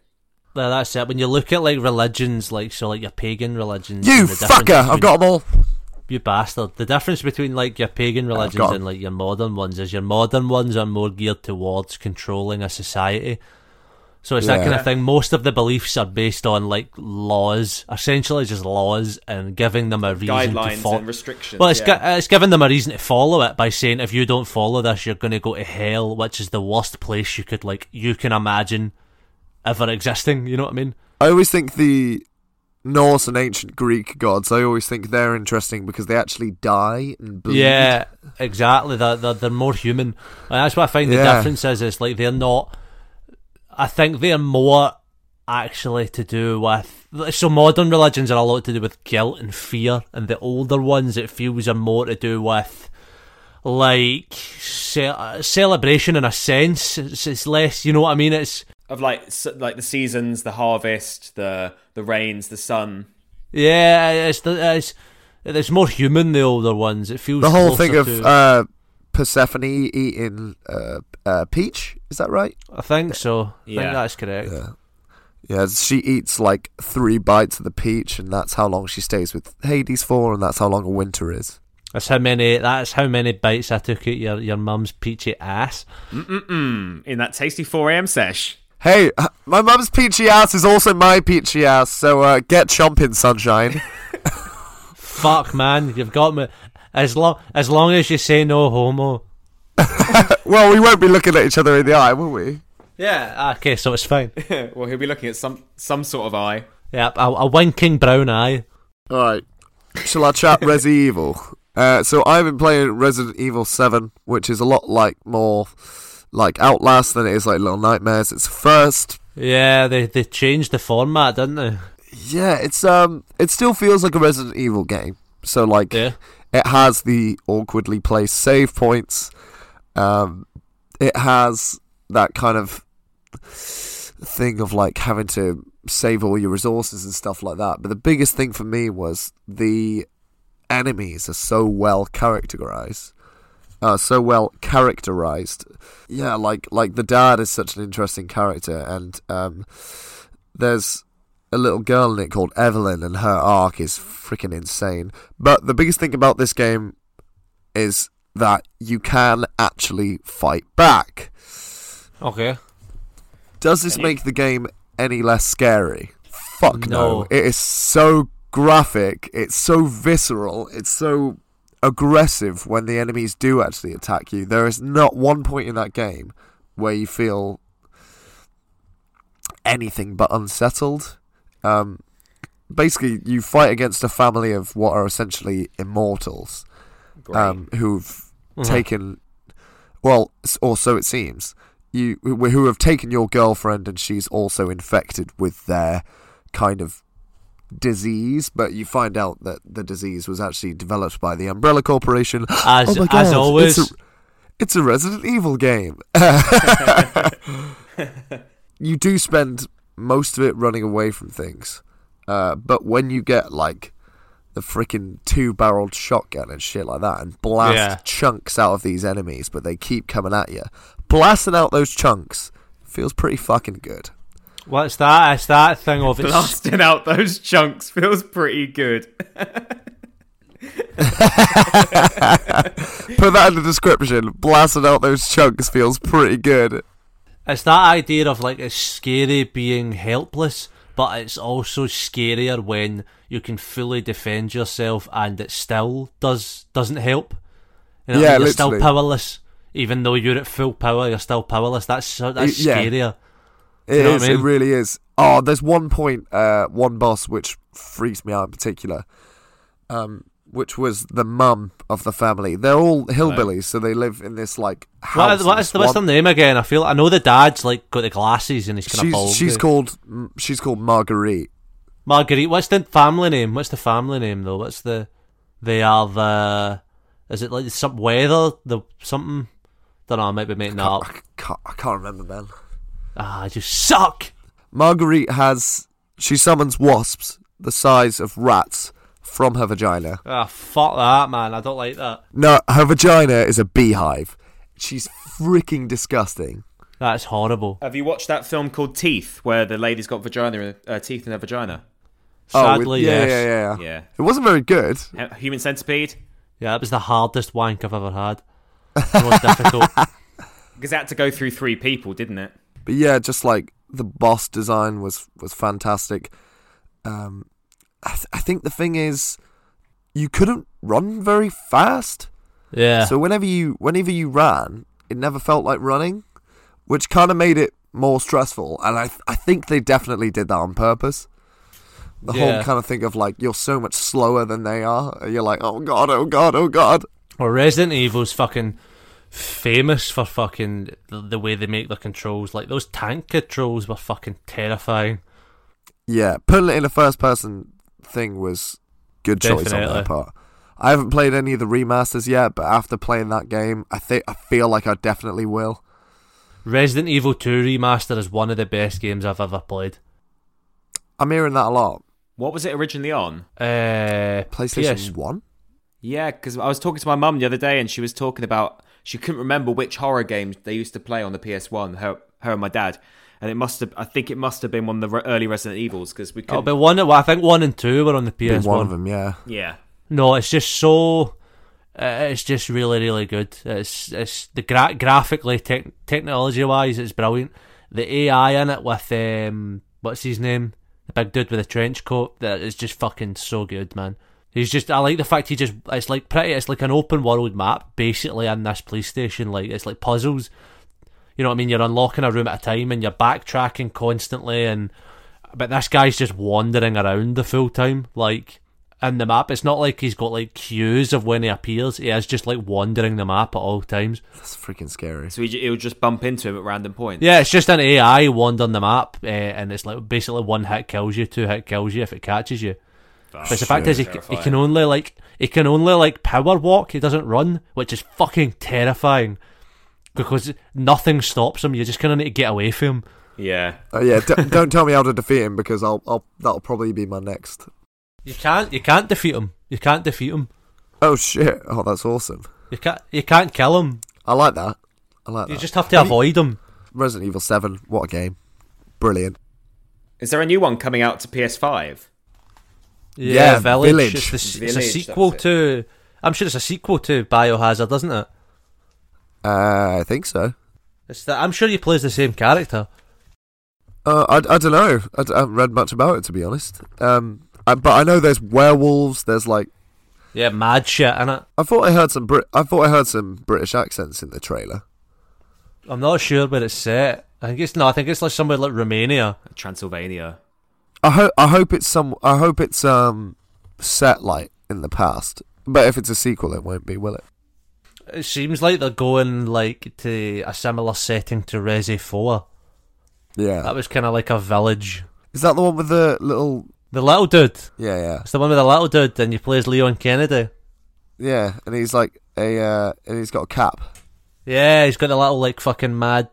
Speaker 2: Well, that's it. When you look at like religions, like so, like your pagan religions.
Speaker 3: you
Speaker 2: and the difference
Speaker 3: fucker! I've
Speaker 2: between-
Speaker 3: got them all.
Speaker 2: you bastard. The difference between like your pagan religions
Speaker 3: got 'em.
Speaker 2: and like your modern ones is your modern ones are more geared towards controlling a society. So it's that
Speaker 3: Yeah.
Speaker 2: kind of thing. Most of the beliefs are based on like laws, essentially just laws, and giving them a reason to
Speaker 1: Guidelines
Speaker 2: follow.
Speaker 1: and restrictions.
Speaker 2: Well, it's,
Speaker 1: yeah.
Speaker 2: gi- uh, it's giving them a reason to follow it by saying if you don't follow this, you're going to go to hell, which is the worst place you could like you can imagine ever existing. You know what I mean?
Speaker 3: I always think the Norse and ancient Greek gods. I always think they're interesting because they actually die and bleed.
Speaker 2: Yeah, exactly. They're, they're, they're more human. And that's what I find the
Speaker 3: Yeah.
Speaker 2: difference is. It's like they're not. I think they're more actually to do with. So modern religions are a lot to do with guilt and fear, and the older ones it feels are more to do with like ce- uh, celebration in a sense. It's, it's less, you know what I mean? It's
Speaker 1: of like s- like the seasons, the harvest, the the rains, the sun.
Speaker 2: yeah, it's the it's. It's more human the older ones. It feels
Speaker 3: The whole
Speaker 2: closer
Speaker 3: thing of
Speaker 2: to-
Speaker 3: uh, Persephone eating uh, uh, peach. Is that right?
Speaker 2: I think so. I
Speaker 1: Yeah.
Speaker 2: think that's correct.
Speaker 3: Yeah, she eats like three bites of the peach, and that's how long she stays with Hades for, and that's how long a winter is.
Speaker 2: That's how many. That's how many bites I took at your your mum's peachy ass.
Speaker 1: Mm-mm-mm. In that tasty 4 a.m. sesh.
Speaker 3: Hey, h- my mum's peachy ass is also my peachy ass, so uh, get chomping, sunshine.
Speaker 2: Fuck, man, you've got me. As long as long as you say no homo.
Speaker 3: well, we won't be looking at each other in the eye, will we?
Speaker 2: Yeah. Ah, Okay, so it's fine.
Speaker 1: well, he'll be looking at some some sort of eye.
Speaker 2: yeah, a, a winking brown eye.
Speaker 3: All right. Shall I chat Resi Evil? Uh, so I've been playing Resident Evil 7, which is a lot like more like Outlast than it is like Little Nightmares. It's first.
Speaker 2: Yeah, they they changed the format, didn't they?
Speaker 3: Yeah, it's um, it still feels like a Resident Evil game. So like,
Speaker 2: Yeah.
Speaker 3: it has the awkwardly placed save points. Um, it has that kind of thing of like having to save all your resources and stuff like that. But the biggest thing for me was the enemies are so well characterized. Uh, so well characterized. Yeah, like like the dad is such an interesting character, and um, there's a little girl in it called Evelyn, and her arc is freaking insane. But the biggest thing about this game is that you can actually fight back.
Speaker 2: Okay.
Speaker 3: Does this
Speaker 1: Can you-
Speaker 3: make the game any less scary? Fuck no.
Speaker 2: No.
Speaker 3: It is so graphic, it's so visceral, it's so aggressive when the enemies do actually attack you. There is not one point in that game where you feel anything but unsettled. Um, basically, you fight against a family of what are essentially immortals
Speaker 1: Great.
Speaker 3: um, who've
Speaker 2: Mhm.
Speaker 3: taken, well, s- or so it seems, you who who have taken your girlfriend, and she's also infected with their kind of disease. But you find out that the disease was actually developed by the Umbrella Corporation.
Speaker 2: As
Speaker 3: oh my God,
Speaker 2: as always.
Speaker 3: it's a, it's a Resident Evil game. you do spend most of it running away from things, uh, but when you get like the freaking two-barreled shotgun and shit like that, and blast
Speaker 2: Yeah.
Speaker 3: chunks out of these enemies, but they keep coming at you, blasting out those chunks feels pretty fucking good.
Speaker 2: What's that? It's that thing of it's
Speaker 1: Blasting out those chunks feels pretty good.
Speaker 3: Put that in the description. Blasting out those chunks feels pretty good.
Speaker 2: It's that idea of like it's scary being helpless, but it's also scarier when you can fully defend yourself and it still does doesn't help. You know,
Speaker 3: Yeah,
Speaker 2: you're still
Speaker 3: literally.
Speaker 2: powerless, even though you're at full power. You're still powerless. That's so that's
Speaker 3: Y- yeah.
Speaker 2: scarier.
Speaker 3: It
Speaker 2: You know what I
Speaker 3: is,
Speaker 2: mean?
Speaker 3: It really is. Oh, there's one point, uh, one boss which freaks me out in particular, um, which was the mum of the family. They're all hillbillies, so they live in this like
Speaker 2: What
Speaker 3: house.
Speaker 2: is,
Speaker 3: in
Speaker 2: what
Speaker 3: the
Speaker 2: is the what's her
Speaker 3: swamp.
Speaker 2: name again? I feel I know the dad's like got the glasses and he's kind of bald.
Speaker 3: She's she's called mm, she's called Marguerite.
Speaker 2: Marguerite. What's the family name? What's the family name though? What's the they are the is it like some weather the something? Don't know. I might be making that up.
Speaker 3: I can't, I can't remember then.
Speaker 2: Ah, you suck.
Speaker 3: Marguerite has she summons wasps the size of rats from her vagina.
Speaker 2: Ah, fuck that, man. I don't like that.
Speaker 3: No, her vagina is a beehive. She's freaking disgusting.
Speaker 2: That's horrible.
Speaker 1: Have you watched that film called Teeth, where the lady's got vagina, uh, teeth in her vagina?
Speaker 3: oh, with-
Speaker 2: Sadly,
Speaker 3: yeah,
Speaker 2: yes.
Speaker 3: yeah,
Speaker 2: yeah.
Speaker 3: yeah, yeah.
Speaker 1: Yeah.
Speaker 3: It wasn't very good.
Speaker 1: Hu- Human centipede.
Speaker 2: that was the hardest wank I've ever had. The most difficult.
Speaker 1: Because that had to go through three people, didn't it?
Speaker 3: but yeah, just like the boss design was was fantastic. Um, I, th- I think the thing is, you couldn't run very fast,
Speaker 2: Yeah.
Speaker 3: so whenever you whenever you ran, it never felt like running, which kind of made it more stressful. And I th- I think they definitely did that on purpose. The
Speaker 2: Yeah.
Speaker 3: whole kind of thing of like you're so much slower than they are. and You're like, oh god, oh god, oh god.
Speaker 2: Well, Resident Evil's fucking famous for fucking the, the way they make their controls. Like those tank controls were fucking terrifying.
Speaker 3: Yeah, putting it in a first person thing was good choice on
Speaker 2: Definitely.
Speaker 3: their part. I haven't played any of the remasters yet, but after playing that game, I think I feel like I definitely will.
Speaker 2: Resident Evil 2 Remaster is one of the best games I've ever played.
Speaker 3: I'm hearing that a lot.
Speaker 1: What was it originally on?
Speaker 2: Uh,
Speaker 3: PlayStation
Speaker 2: PS
Speaker 3: One.
Speaker 1: Yeah, because I was talking to my mum the other day, and she was talking about she couldn't remember which horror games they used to play on the PS One. Her, her and my dad, and it must have. I think it must have been one of the re- early Resident Evils because we
Speaker 2: Oh,
Speaker 1: could.
Speaker 2: but one, well, I think one and two were on the
Speaker 3: Been
Speaker 2: PS
Speaker 3: one of
Speaker 2: One.
Speaker 3: them, yeah.
Speaker 1: yeah,
Speaker 2: No, it's just so. Uh, it's just really, really good. It's it's the gra- graphically, tech technology wise, it's brilliant. The AI in it with um, what's his name, the big dude with the trench coat, that is just fucking so good, man. He's just. I like the fact he just. It's like pretty. It's like an open world map basically in this police station. Like it's like puzzles. You know what I mean? You're unlocking a room at a time and you're backtracking constantly and but this guy's just wandering around the full time. Like in the map. It's not like he's got like cues of when he appears. He is just like wandering the map at all times.
Speaker 3: That's freaking scary.
Speaker 1: So he, j- he'll just bump into him at random points.
Speaker 2: Yeah, it's just an AI wandering the map, uh, and it's like basically one hit kills you, two hit kills you if it catches you. But the fact is, he, c- he can only like he can only like power walk. He doesn't run, which is fucking terrifying because nothing stops him. You just kind of need to get away from him.
Speaker 1: Yeah.
Speaker 3: Oh yeah, d- don't tell me how to defeat him because I'll, I'll that'll probably be my next.
Speaker 2: You can't you can't defeat him. You can't defeat him.
Speaker 3: Oh shit! Oh, that's awesome.
Speaker 2: You can't you can't kill him.
Speaker 3: I like that. I like
Speaker 2: You
Speaker 3: that.
Speaker 2: just have to
Speaker 3: Have you-
Speaker 2: avoid him.
Speaker 3: Resident Evil Seven. What a game! Brilliant.
Speaker 1: Is there a new one coming out to PS5?
Speaker 2: Yeah,
Speaker 3: Yeah,
Speaker 2: village.
Speaker 3: Village.
Speaker 2: It's, the, s- it's a
Speaker 1: Village,
Speaker 2: sequel
Speaker 1: that's
Speaker 2: to. I'm sure it's a sequel to Biohazard, isn't it?
Speaker 3: Uh, I think so.
Speaker 2: It's that I'm sure he plays the same character.
Speaker 3: Uh, I, I don't know. I, d- I haven't read much about it to be honest. Um, I, but I know there's werewolves. There's like
Speaker 2: Yeah, mad shit, innit?
Speaker 3: I thought I heard some Brit. I thought I heard some British accents in the trailer.
Speaker 2: I'm not sure where it's set. I think it's no. I think it's like somewhere like Romania.
Speaker 1: Transylvania.
Speaker 3: I hope I hope it's some. I hope it's um set like in the past. But if it's a sequel, it won't be, will it?
Speaker 2: It seems like they're going like to a similar setting to Resi Four.
Speaker 3: Yeah.
Speaker 2: That was kind of like a village.
Speaker 3: Is that the one with the little?
Speaker 2: The little dude.
Speaker 3: Yeah, yeah,
Speaker 2: It's the one with the little dude, and he plays Leon Kennedy.
Speaker 3: yeah. And he's like a. Uh, and he's got a cap.
Speaker 2: Yeah, he's got the little like fucking mad.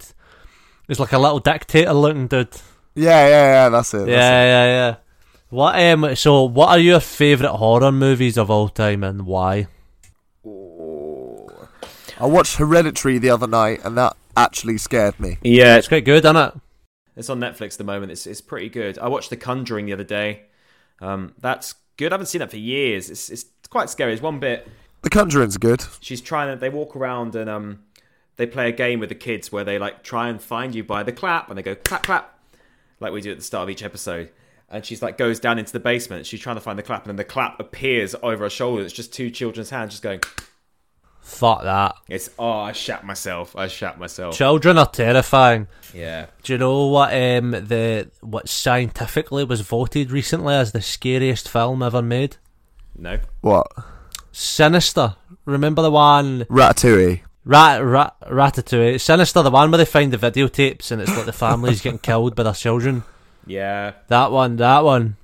Speaker 2: He's like a little dictator looking dude.
Speaker 3: Yeah, yeah, yeah. That's it. that's
Speaker 2: yeah, yeah, yeah. What um? So, what are your favourite horror movies of all time, and why?
Speaker 3: it. I watched Hereditary the other night, and that actually scared me.
Speaker 1: Yeah,
Speaker 2: It's quite good, isn't it?
Speaker 1: It's on Netflix at the moment. It's it's pretty good. I watched The Conjuring the other day. Um, that's good. I haven't seen that for years. It's it's quite scary. There's one bit
Speaker 3: The Conjuring's good.
Speaker 1: she's trying to. They walk around and um, they play a game with the kids where they like try and find you by the clap and they go clap clap, like we do at the start of each episode. And she's like goes down into the basement. She's trying to find the clap and then the clap appears over her shoulder. It's just two children's hands just going.
Speaker 2: Fuck that.
Speaker 1: It's oh, I shat myself. I shat myself.
Speaker 2: Children are terrifying.
Speaker 1: Yeah.
Speaker 2: Do you know what um the what scientifically was voted recently as the scariest film ever made?
Speaker 1: No.
Speaker 3: What?
Speaker 2: Sinister. Remember the one
Speaker 3: Ratatouille.
Speaker 2: Rat Rat Ratatouille? Sinister, the one where they find the videotapes and it's like the family's getting killed by their children.
Speaker 1: Yeah.
Speaker 2: That one. That one.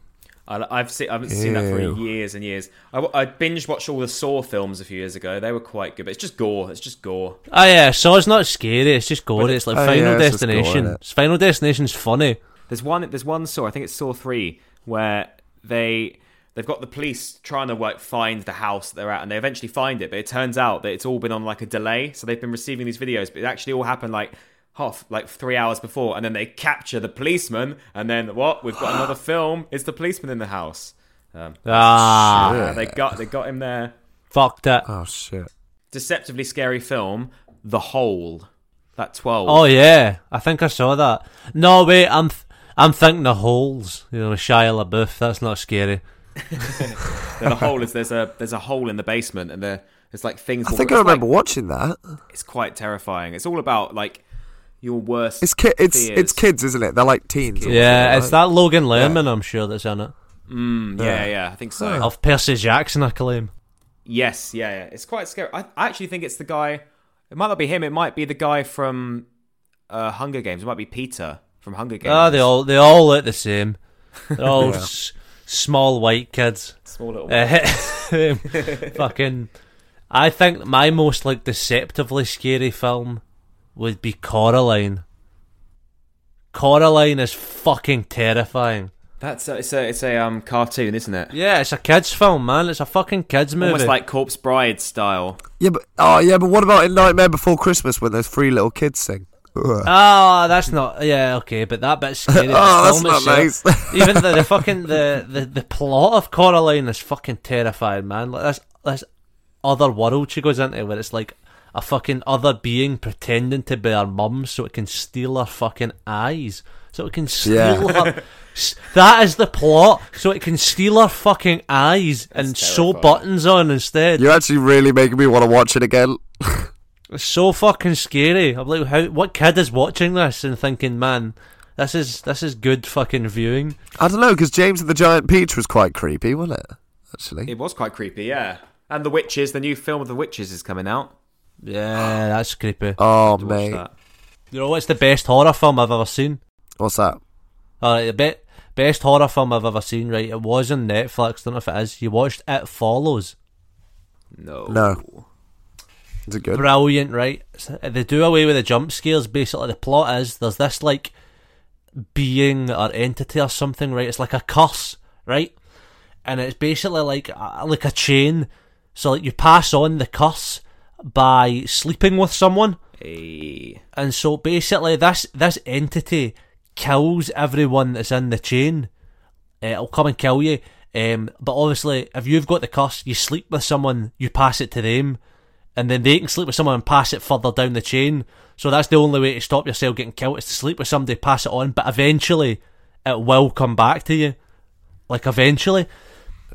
Speaker 1: I, I've seen, I haven't seen that for
Speaker 3: Ew.
Speaker 1: years and years. I, w- I binge watched all the Saw films a few years ago. They were quite good, but it's just gore. It's just gore.
Speaker 2: Oh yeah, so it's not scary. It's just gory. It's like
Speaker 3: Oh,
Speaker 2: Final
Speaker 3: yeah, it's just gore,
Speaker 2: Destination.
Speaker 3: innit?
Speaker 2: Final Destination's funny.
Speaker 1: There's one. There's one Saw. I think it's Saw three where they they've got the police trying to like find the house that they're at, and they eventually find it. But it turns out that it's all been on like a delay, so they've been receiving these videos, but it actually all happened like half like three hours before, and then they capture the policeman, and then what? We've got another film. It's the policeman in the house. Um,
Speaker 2: Ah,
Speaker 1: yeah, they got they got him there.
Speaker 2: fucked it.
Speaker 3: Oh shit.
Speaker 1: deceptively scary film, The Hole. That twelve.
Speaker 2: Oh yeah, I think I saw that. No wait, I'm th- I'm thinking the holes. You know, with Shia LaBeouf. That's not scary.
Speaker 1: the hole is there's a there's a hole in the basement, and there there's like things.
Speaker 3: I think
Speaker 1: it's
Speaker 3: I remember
Speaker 1: Like,
Speaker 3: watching that.
Speaker 1: it's quite terrifying. It's all about like your worst.
Speaker 3: It's ki- It's
Speaker 1: fears.
Speaker 3: it's kids, isn't it? They're like teens. or
Speaker 2: Yeah,
Speaker 3: something,
Speaker 2: it's
Speaker 3: right?
Speaker 2: that Logan Lerman. I'm sure that's in it.
Speaker 1: Mm, yeah, yeah, I think so.
Speaker 2: Of Percy Jackson acclaim.
Speaker 1: Yes, yeah, yeah. It's quite scary. I, I actually think it's the guy. It might not be him. It might be the guy from uh, Hunger Games. It might be Peter from Hunger Games.
Speaker 2: Ah, they all they all look the same. They're all s- small white kids.
Speaker 1: small little.
Speaker 2: Eh, fucking. I think my most like deceptively scary film would be Coraline. Coraline is fucking terrifying.
Speaker 1: That's a, it's a it's a um cartoon, isn't it?
Speaker 2: Yeah, it's a kids' film, man. It's a fucking kids movie.
Speaker 1: Almost like Corpse Bride style.
Speaker 3: Yeah, but oh yeah, but what about in Nightmare Before Christmas when those three little kids sing? Ugh.
Speaker 2: Oh, that's not yeah okay, but that bit's scary. The
Speaker 3: Oh, that's
Speaker 2: film
Speaker 3: not
Speaker 2: itself- Even the, the fucking the, the the plot of Coraline is fucking terrifying, man. Like that's that's other world she goes into where it's like a fucking other being pretending to be her mum so it can steal her fucking eyes, so it can steal
Speaker 3: Yeah.
Speaker 2: her. s- That is the plot, so it can steal her fucking eyes and sew
Speaker 1: terrifying.
Speaker 2: buttons on instead.
Speaker 3: You're actually really making me want to watch it again.
Speaker 2: It's so fucking scary. I'm like, how? What kid is watching this and thinking, man, this is this is good fucking viewing?
Speaker 3: I don't know because James and the Giant Peach was quite creepy, wasn't it? actually.
Speaker 1: It was quite creepy, yeah. And The Witches, the new film of The Witches is coming out.
Speaker 2: Yeah, that's creepy.
Speaker 3: Oh,
Speaker 1: To watch
Speaker 3: mate.
Speaker 1: that.
Speaker 2: You know what's the best horror film I've ever seen?
Speaker 3: What's that?
Speaker 2: Alright, the be- best horror film I've ever seen, right? It was on Netflix, don't know if it is. You watched It Follows.
Speaker 1: No.
Speaker 3: No. Is it good?
Speaker 2: Brilliant, right? So They do away with the jump scares. Basically, the plot is there's this like being or entity or something, right? It's like a curse, right? And it's basically like a, like a chain. So like you pass on the curse by sleeping with someone,
Speaker 1: Eh,
Speaker 2: and so basically this this entity kills everyone that's in the chain. Uh, It'll come and kill you. Um, but obviously, if you've got the curse, you sleep with someone, you pass it to them, and then they can sleep with someone and pass it further down the chain. So that's the only way to stop yourself getting killed is to sleep with somebody, pass it on. But eventually, it will come back to you. Like eventually,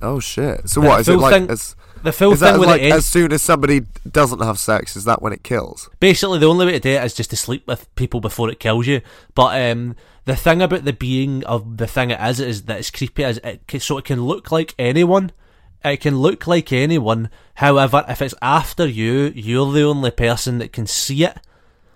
Speaker 3: Oh shit. So what is it
Speaker 2: full
Speaker 3: like?
Speaker 2: thing-
Speaker 3: as,
Speaker 2: the full
Speaker 3: is that
Speaker 2: thing with
Speaker 3: like
Speaker 2: it
Speaker 3: as soon as somebody doesn't have sex, is that when it kills?
Speaker 2: basically the only way to do it is just to sleep with people before it kills you. But um, the thing about the being of the thing it is is that it's creepy. Is it ca- so it can look like anyone. It can look like anyone. However, if it's after you, you're the only person that can see it.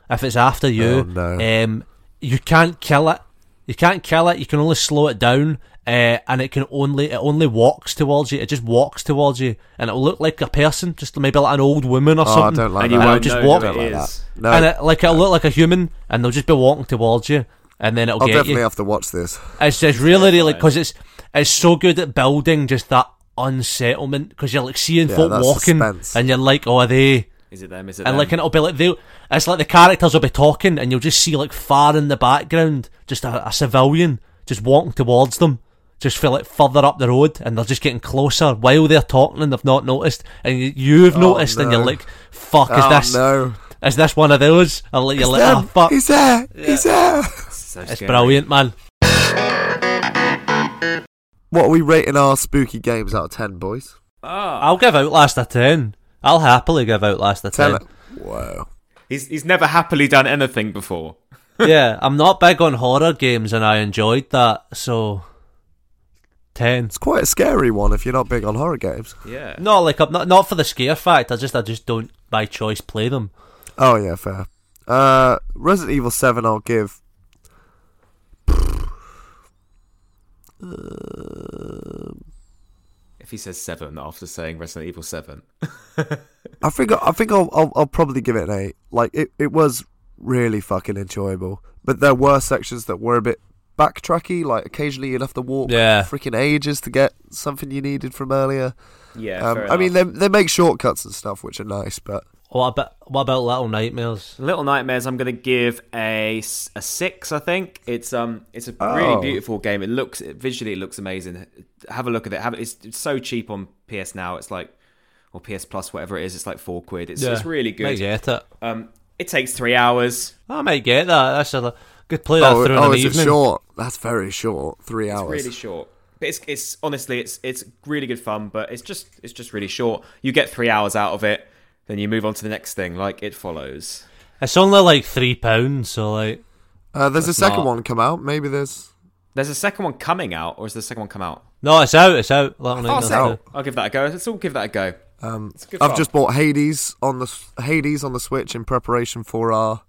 Speaker 2: If it's after you,
Speaker 3: Oh, no.
Speaker 2: um, you can't kill it. You can't kill it. You can only slow it down, uh, and it can only it only walks towards you. It just walks towards you, and it'll look like a person, just maybe like an old woman or
Speaker 3: Oh, I
Speaker 2: something.
Speaker 3: don't like
Speaker 1: And you
Speaker 3: that.
Speaker 2: I'll
Speaker 1: won't
Speaker 2: just
Speaker 1: know
Speaker 2: walk-
Speaker 1: who
Speaker 3: Don't
Speaker 1: it
Speaker 3: like that.
Speaker 1: is.
Speaker 3: No,
Speaker 2: and uh, it, like it'll look like a human, and they'll just be walking towards you, and then it'll
Speaker 3: I'll
Speaker 2: get
Speaker 3: definitely
Speaker 2: you.
Speaker 3: have to watch this.
Speaker 2: It's just really, really because it's it's so good at building just that unsettlement because you're like seeing
Speaker 3: Yeah,
Speaker 2: folk
Speaker 3: that
Speaker 2: walking,
Speaker 3: suspense.
Speaker 2: and you're like, oh, are they?
Speaker 1: Is it them? Is it
Speaker 2: And
Speaker 1: them?
Speaker 2: like, and it'll be like they. It's like the characters will be talking, and you'll just see like far in the background, just a, a civilian just walking towards them. Just feel like further up the road, and they're just getting closer while they're talking, and they've not noticed, and you- you've noticed, and you're
Speaker 3: Oh, no.
Speaker 2: like, "Fuck, is
Speaker 3: oh
Speaker 2: this
Speaker 3: no!
Speaker 2: is this one of those?" And like, you're like, "Oh
Speaker 3: Them!
Speaker 2: fuck,
Speaker 3: He's there! He's there!
Speaker 1: so
Speaker 2: It's
Speaker 1: scary.
Speaker 2: brilliant, man.
Speaker 3: What are we rating our spooky games out of ten, boys?
Speaker 1: Ah.
Speaker 2: I'll give Outlast a 10. I'll happily give Outlast a 10.
Speaker 3: Ten. Whoa.
Speaker 1: He's he's never happily done anything before.
Speaker 2: yeah, I'm not big on horror games and I enjoyed that, so 10.
Speaker 3: It's quite a scary one if you're not big on horror games.
Speaker 1: Yeah.
Speaker 2: No, like I'm not not for the scare fact. I just I just don't by choice play them.
Speaker 3: Oh yeah, fair. Uh, Resident Evil Seven, I'll give.
Speaker 1: If he says seven after saying Resident Evil Seven,
Speaker 3: I think I think I'll, I'll I'll probably give it an eight. Like it, it was really fucking enjoyable, but there were sections that were a bit backtracky. Like occasionally you'd have to walk
Speaker 2: Yeah.
Speaker 3: freaking ages to get something you needed from earlier.
Speaker 1: yeah.
Speaker 3: Um, I mean, they they make shortcuts and stuff, which are nice, but
Speaker 2: What about what about Little Nightmares?
Speaker 1: Little Nightmares, I'm gonna give a, s- a six. I think it's um it's a really
Speaker 3: Oh.
Speaker 1: beautiful game. It looks it, visually, it looks amazing. Have a look at it. Have it. It's, it's so cheap on PS now. It's like or PS Plus, whatever it is. It's like four quid. It's it's really
Speaker 2: Might
Speaker 1: good.
Speaker 2: get it.
Speaker 1: Um, it takes three hours.
Speaker 2: I might get that. That's a good play that
Speaker 3: oh,
Speaker 2: through
Speaker 3: oh,
Speaker 2: in the
Speaker 3: is
Speaker 2: evening.
Speaker 3: it short? That's very short. Three
Speaker 1: It's
Speaker 3: hours.
Speaker 1: really short. But it's it's honestly it's it's really good fun, but it's just it's just really short. You get three hours out of it, then you move on to the next thing, like it follows.
Speaker 2: It's only like three pounds, so like
Speaker 3: uh, there's a
Speaker 2: That's
Speaker 3: second
Speaker 2: not-
Speaker 3: one come out. Maybe there's.
Speaker 1: There's a second one coming out, or is the second one come out?
Speaker 2: no, it's out. It's out. Little
Speaker 1: Oh,
Speaker 2: Nightmares.
Speaker 1: so-
Speaker 3: out.
Speaker 1: I'll give that a go. Let's all give that a go.
Speaker 3: Um,
Speaker 1: It's good
Speaker 3: I've
Speaker 1: fun.
Speaker 3: just bought Hades on the s- Hades on the Switch in preparation for our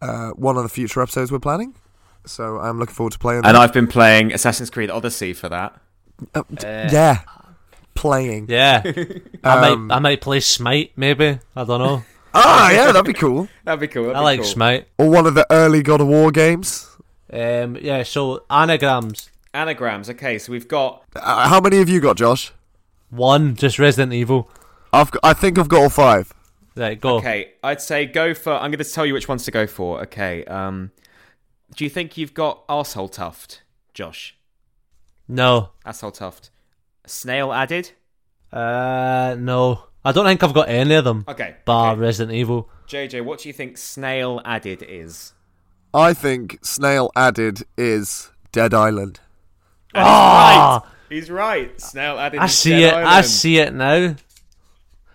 Speaker 3: uh, one of the future episodes we're planning. So I'm looking forward to playing.
Speaker 1: and
Speaker 3: that.
Speaker 1: I've been playing Assassin's Creed Odyssey for that.
Speaker 3: Uh, d- yeah, playing.
Speaker 2: Yeah, I
Speaker 3: Um,
Speaker 2: might I might play Smite. Maybe I don't know.
Speaker 3: Ah, yeah, that'd be cool.
Speaker 1: That'd be cool.
Speaker 2: I like Smite.
Speaker 3: Or one of the early God of War games.
Speaker 2: Um, yeah, so anagrams.
Speaker 1: Anagrams. Okay, so we've got
Speaker 3: Uh, how many have you got, Josh?
Speaker 2: One, just Resident Evil.
Speaker 3: I've got, I think I've got all five.
Speaker 2: Right, go.
Speaker 1: okay. I'd say go for. I'm going to tell you which ones to go for. Okay. Um, do you think you've got arsehole tuft, Josh?
Speaker 2: No.
Speaker 1: Asshole tuft. Snail added.
Speaker 2: Uh, no. I don't think I've got any of them,
Speaker 1: Okay.
Speaker 2: bar
Speaker 1: okay.
Speaker 2: Resident Evil.
Speaker 1: JJ, what do you think snail added is?
Speaker 3: I think Snail added is Dead Island.
Speaker 1: And
Speaker 2: Ah!
Speaker 1: He's right. He's right. Snail added.
Speaker 2: I
Speaker 1: is
Speaker 2: see
Speaker 1: Dead
Speaker 2: it. I
Speaker 1: Island.
Speaker 2: see it now.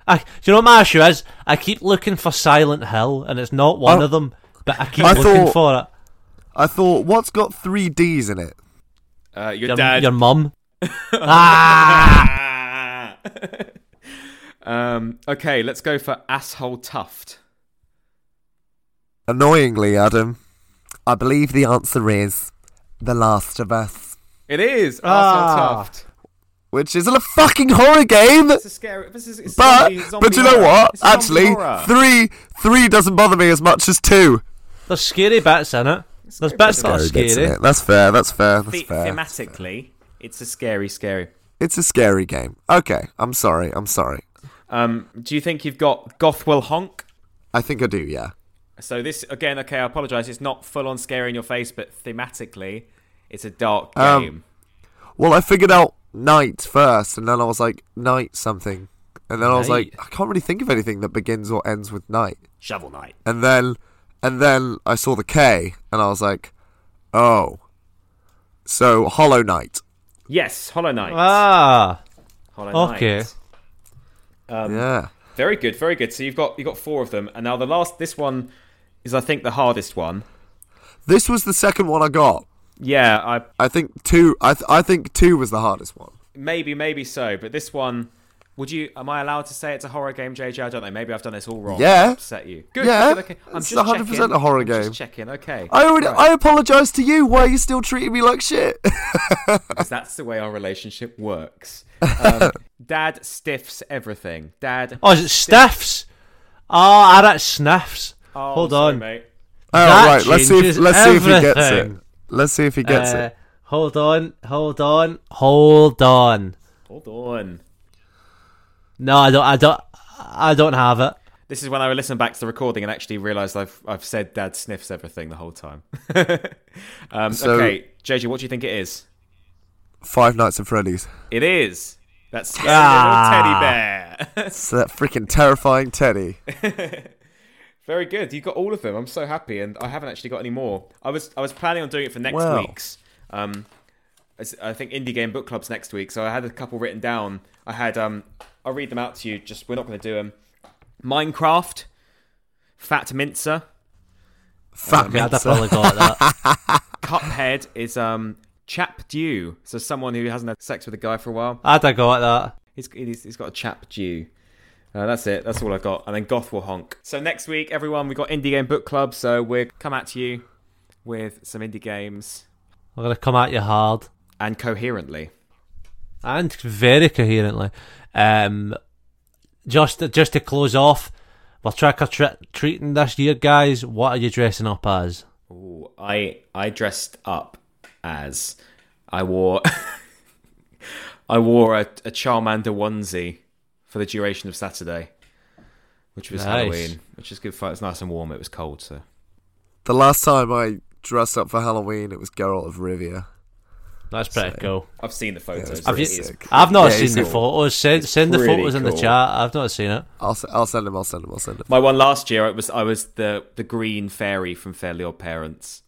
Speaker 2: I, do you know what my issue is? I keep looking for Silent Hill, and it's not one
Speaker 3: Oh.
Speaker 2: of them, but I keep
Speaker 3: I
Speaker 2: looking
Speaker 3: thought-
Speaker 2: for it.
Speaker 3: I thought, what's got three D's in it?
Speaker 1: Uh, your,
Speaker 2: Your,
Speaker 1: dad.
Speaker 2: your mum. ah!
Speaker 1: um, okay, let's go for asshole tuft.
Speaker 3: Annoyingly, Adam, I believe the answer is The Last of Us,
Speaker 1: It is
Speaker 2: Ah.
Speaker 1: asshole tuft.
Speaker 3: which is a fucking horror game.
Speaker 1: It's a scary. This is, it's
Speaker 3: But
Speaker 1: zombie, zombie
Speaker 3: but you know
Speaker 1: horror.
Speaker 3: what?
Speaker 1: It's zombie
Speaker 3: Actually,
Speaker 1: horror.
Speaker 3: three three doesn't bother me as much as two.
Speaker 2: There's scary bits in it. There's bits that are
Speaker 3: Scary bits in
Speaker 2: scary.
Speaker 3: it. That's fair. That's fair. That's
Speaker 1: The-
Speaker 3: fair.
Speaker 1: thematically, it's a scary, scary.
Speaker 3: It's a scary game. Okay, I'm sorry. I'm sorry.
Speaker 1: Um, do you think you've got Gothwell Honk?
Speaker 3: I think I do. Yeah.
Speaker 1: So this again, okay, I apologise. It's not full on scary in your face, but thematically, it's a dark
Speaker 3: Um,
Speaker 1: game.
Speaker 3: Well, I figured out night first, and then I was like night something, and then I was like
Speaker 2: Night.
Speaker 3: I can't really think of anything that begins or ends with night.
Speaker 1: Shovel Knight.
Speaker 3: And then and then I saw the K, and I was like, oh, so Hollow Knight.
Speaker 1: Yes, Hollow Knight.
Speaker 2: Ah!
Speaker 1: Hollow Knight.
Speaker 2: okay. Um,
Speaker 3: yeah.
Speaker 1: Very good, very good. So you've got you have got four of them, and now the last this one is I think the hardest one.
Speaker 3: This was the second one I got.
Speaker 1: Yeah, I
Speaker 3: I think two. I th- I think two was the hardest one.
Speaker 1: maybe maybe so, but this one would you am I allowed to say it's a horror game, JJ? I don't know. Maybe I've done this all wrong.
Speaker 3: Yeah.
Speaker 1: I've upset you. Good.
Speaker 3: Yeah.
Speaker 1: good, okay. I'm
Speaker 3: It's
Speaker 1: just
Speaker 3: 100%
Speaker 1: checking.
Speaker 3: a horror
Speaker 1: I'm just
Speaker 3: game.
Speaker 1: checking. Okay.
Speaker 3: I already.
Speaker 1: Right.
Speaker 3: I apologize to you. Why are you still treating me like shit?
Speaker 1: because that's the way our relationship works. Um, Dad stiffs everything. Dad.
Speaker 2: Oh, is it sniffs? Ah, oh, I read sniffs.
Speaker 1: Oh,
Speaker 2: Hold
Speaker 1: sorry,
Speaker 2: on.
Speaker 1: mate.
Speaker 3: All
Speaker 2: That
Speaker 3: right, let's see. If,
Speaker 2: changes
Speaker 3: let's see if he gets it.
Speaker 2: everything.
Speaker 3: Let's see if he gets
Speaker 2: Uh,
Speaker 3: it.
Speaker 2: hold on, hold on, hold on.
Speaker 1: Hold on.
Speaker 2: No, I don't. I don't. I don't have it.
Speaker 1: This is when I listened back to the recording and actually realised I've I've said Dad sniffs everything the whole time. um,
Speaker 3: So-
Speaker 1: okay, JJ, what do you think it is?
Speaker 3: Five Nights at Freddy's.
Speaker 1: It is that scary
Speaker 2: Ah.
Speaker 1: little teddy bear.
Speaker 3: It's that freaking terrifying Teddy.
Speaker 1: Very good. You got all of them. I'm so happy, and I haven't actually got any more. I was I was planning on doing it for next
Speaker 3: Wow.
Speaker 1: week's. Um, as- I think indie game book clubs next week, so I had a couple written down. I had um, I'll read them out to you. Just we're not going to do them. Minecraft, Fat Mincer,
Speaker 3: Fat
Speaker 2: Yeah, I'd have
Speaker 3: Mincer.
Speaker 2: probably got that.
Speaker 1: Cuphead is um chap due. So someone who hasn't had sex with a guy for a while.
Speaker 2: I'd have got that.
Speaker 1: He's he's, he's got a chap due. Uh, that's it. That's all I got. And then Goth will honk. So next week, everyone, we've got Indie Game Book Club. So we will come at you with some indie games
Speaker 2: I'm gonna come at you hard
Speaker 1: and coherently.
Speaker 2: and very coherently. Um, just just to close off, we're trick or tre- treating this year, guys. What are you dressing up as?
Speaker 1: Ooh, I I dressed up as I wore I wore a, a Charmander onesie for the duration of Saturday, which was
Speaker 2: Nice.
Speaker 1: Halloween, which is good fun. It's nice and warm. It was cold, so
Speaker 3: The last time I dressed up for Halloween, it was Geralt of Rivia.
Speaker 2: That's pretty cool.
Speaker 1: I've seen the photos.
Speaker 3: Have
Speaker 1: It
Speaker 2: you-
Speaker 1: is
Speaker 3: sick.
Speaker 2: I've not
Speaker 3: Yeah,
Speaker 2: seen
Speaker 3: it's
Speaker 2: the
Speaker 3: cool.
Speaker 2: photos. Send send the
Speaker 1: pretty
Speaker 2: photos in the
Speaker 1: cool.
Speaker 2: chat. I've not seen it.
Speaker 3: I'll, s- I'll send him. I'll send him. I'll send him.
Speaker 1: My one last year, it was I was the the green fairy from Fairly Odd Parents.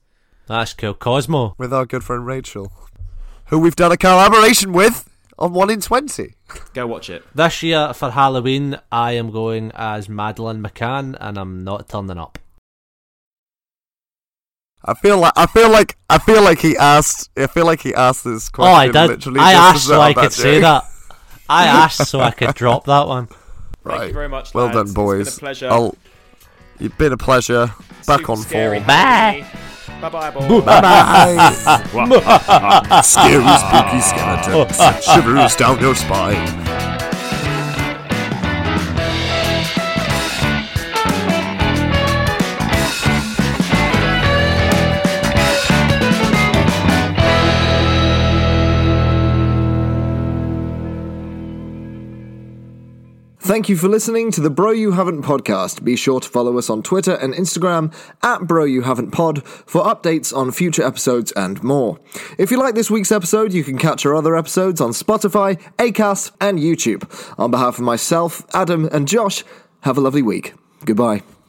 Speaker 2: That's cool. Cosmo.
Speaker 3: With our good friend Rachel, who we've done a collaboration with on One in Twenty.
Speaker 1: Go watch it.
Speaker 2: This year for Halloween, I am going as Madeline McCann, and I'm not turning up.
Speaker 3: I feel like I feel like I feel like he asked. I feel like he asked this
Speaker 2: Oh,
Speaker 3: question.
Speaker 2: I did.
Speaker 3: Literally
Speaker 2: I
Speaker 3: just
Speaker 2: asked
Speaker 3: as
Speaker 2: so
Speaker 3: though
Speaker 2: I
Speaker 3: I'm
Speaker 2: could
Speaker 3: about
Speaker 2: say
Speaker 3: to-
Speaker 2: that. I asked so I could drop that one.
Speaker 3: Right.
Speaker 1: Thank you very much.
Speaker 3: Well
Speaker 1: lads.
Speaker 3: done, boys.
Speaker 1: It's been a pleasure.
Speaker 3: I'll, it's been a pleasure. Back
Speaker 1: Super
Speaker 3: on
Speaker 1: scary
Speaker 3: form.
Speaker 1: Halloween. Bye-bye, boys.
Speaker 3: Bye. Scary, spooky skeletons. Shivers down your spine. Thank you for listening to the Bro You Haven't podcast. Be sure to follow us on Twitter and Instagram at Bro You Haven't Pod for updates on future episodes and more. If you like this week's episode, you can catch our other episodes on Spotify, Acast, and YouTube. On behalf of myself, Adam, and Josh, have a lovely week. Goodbye.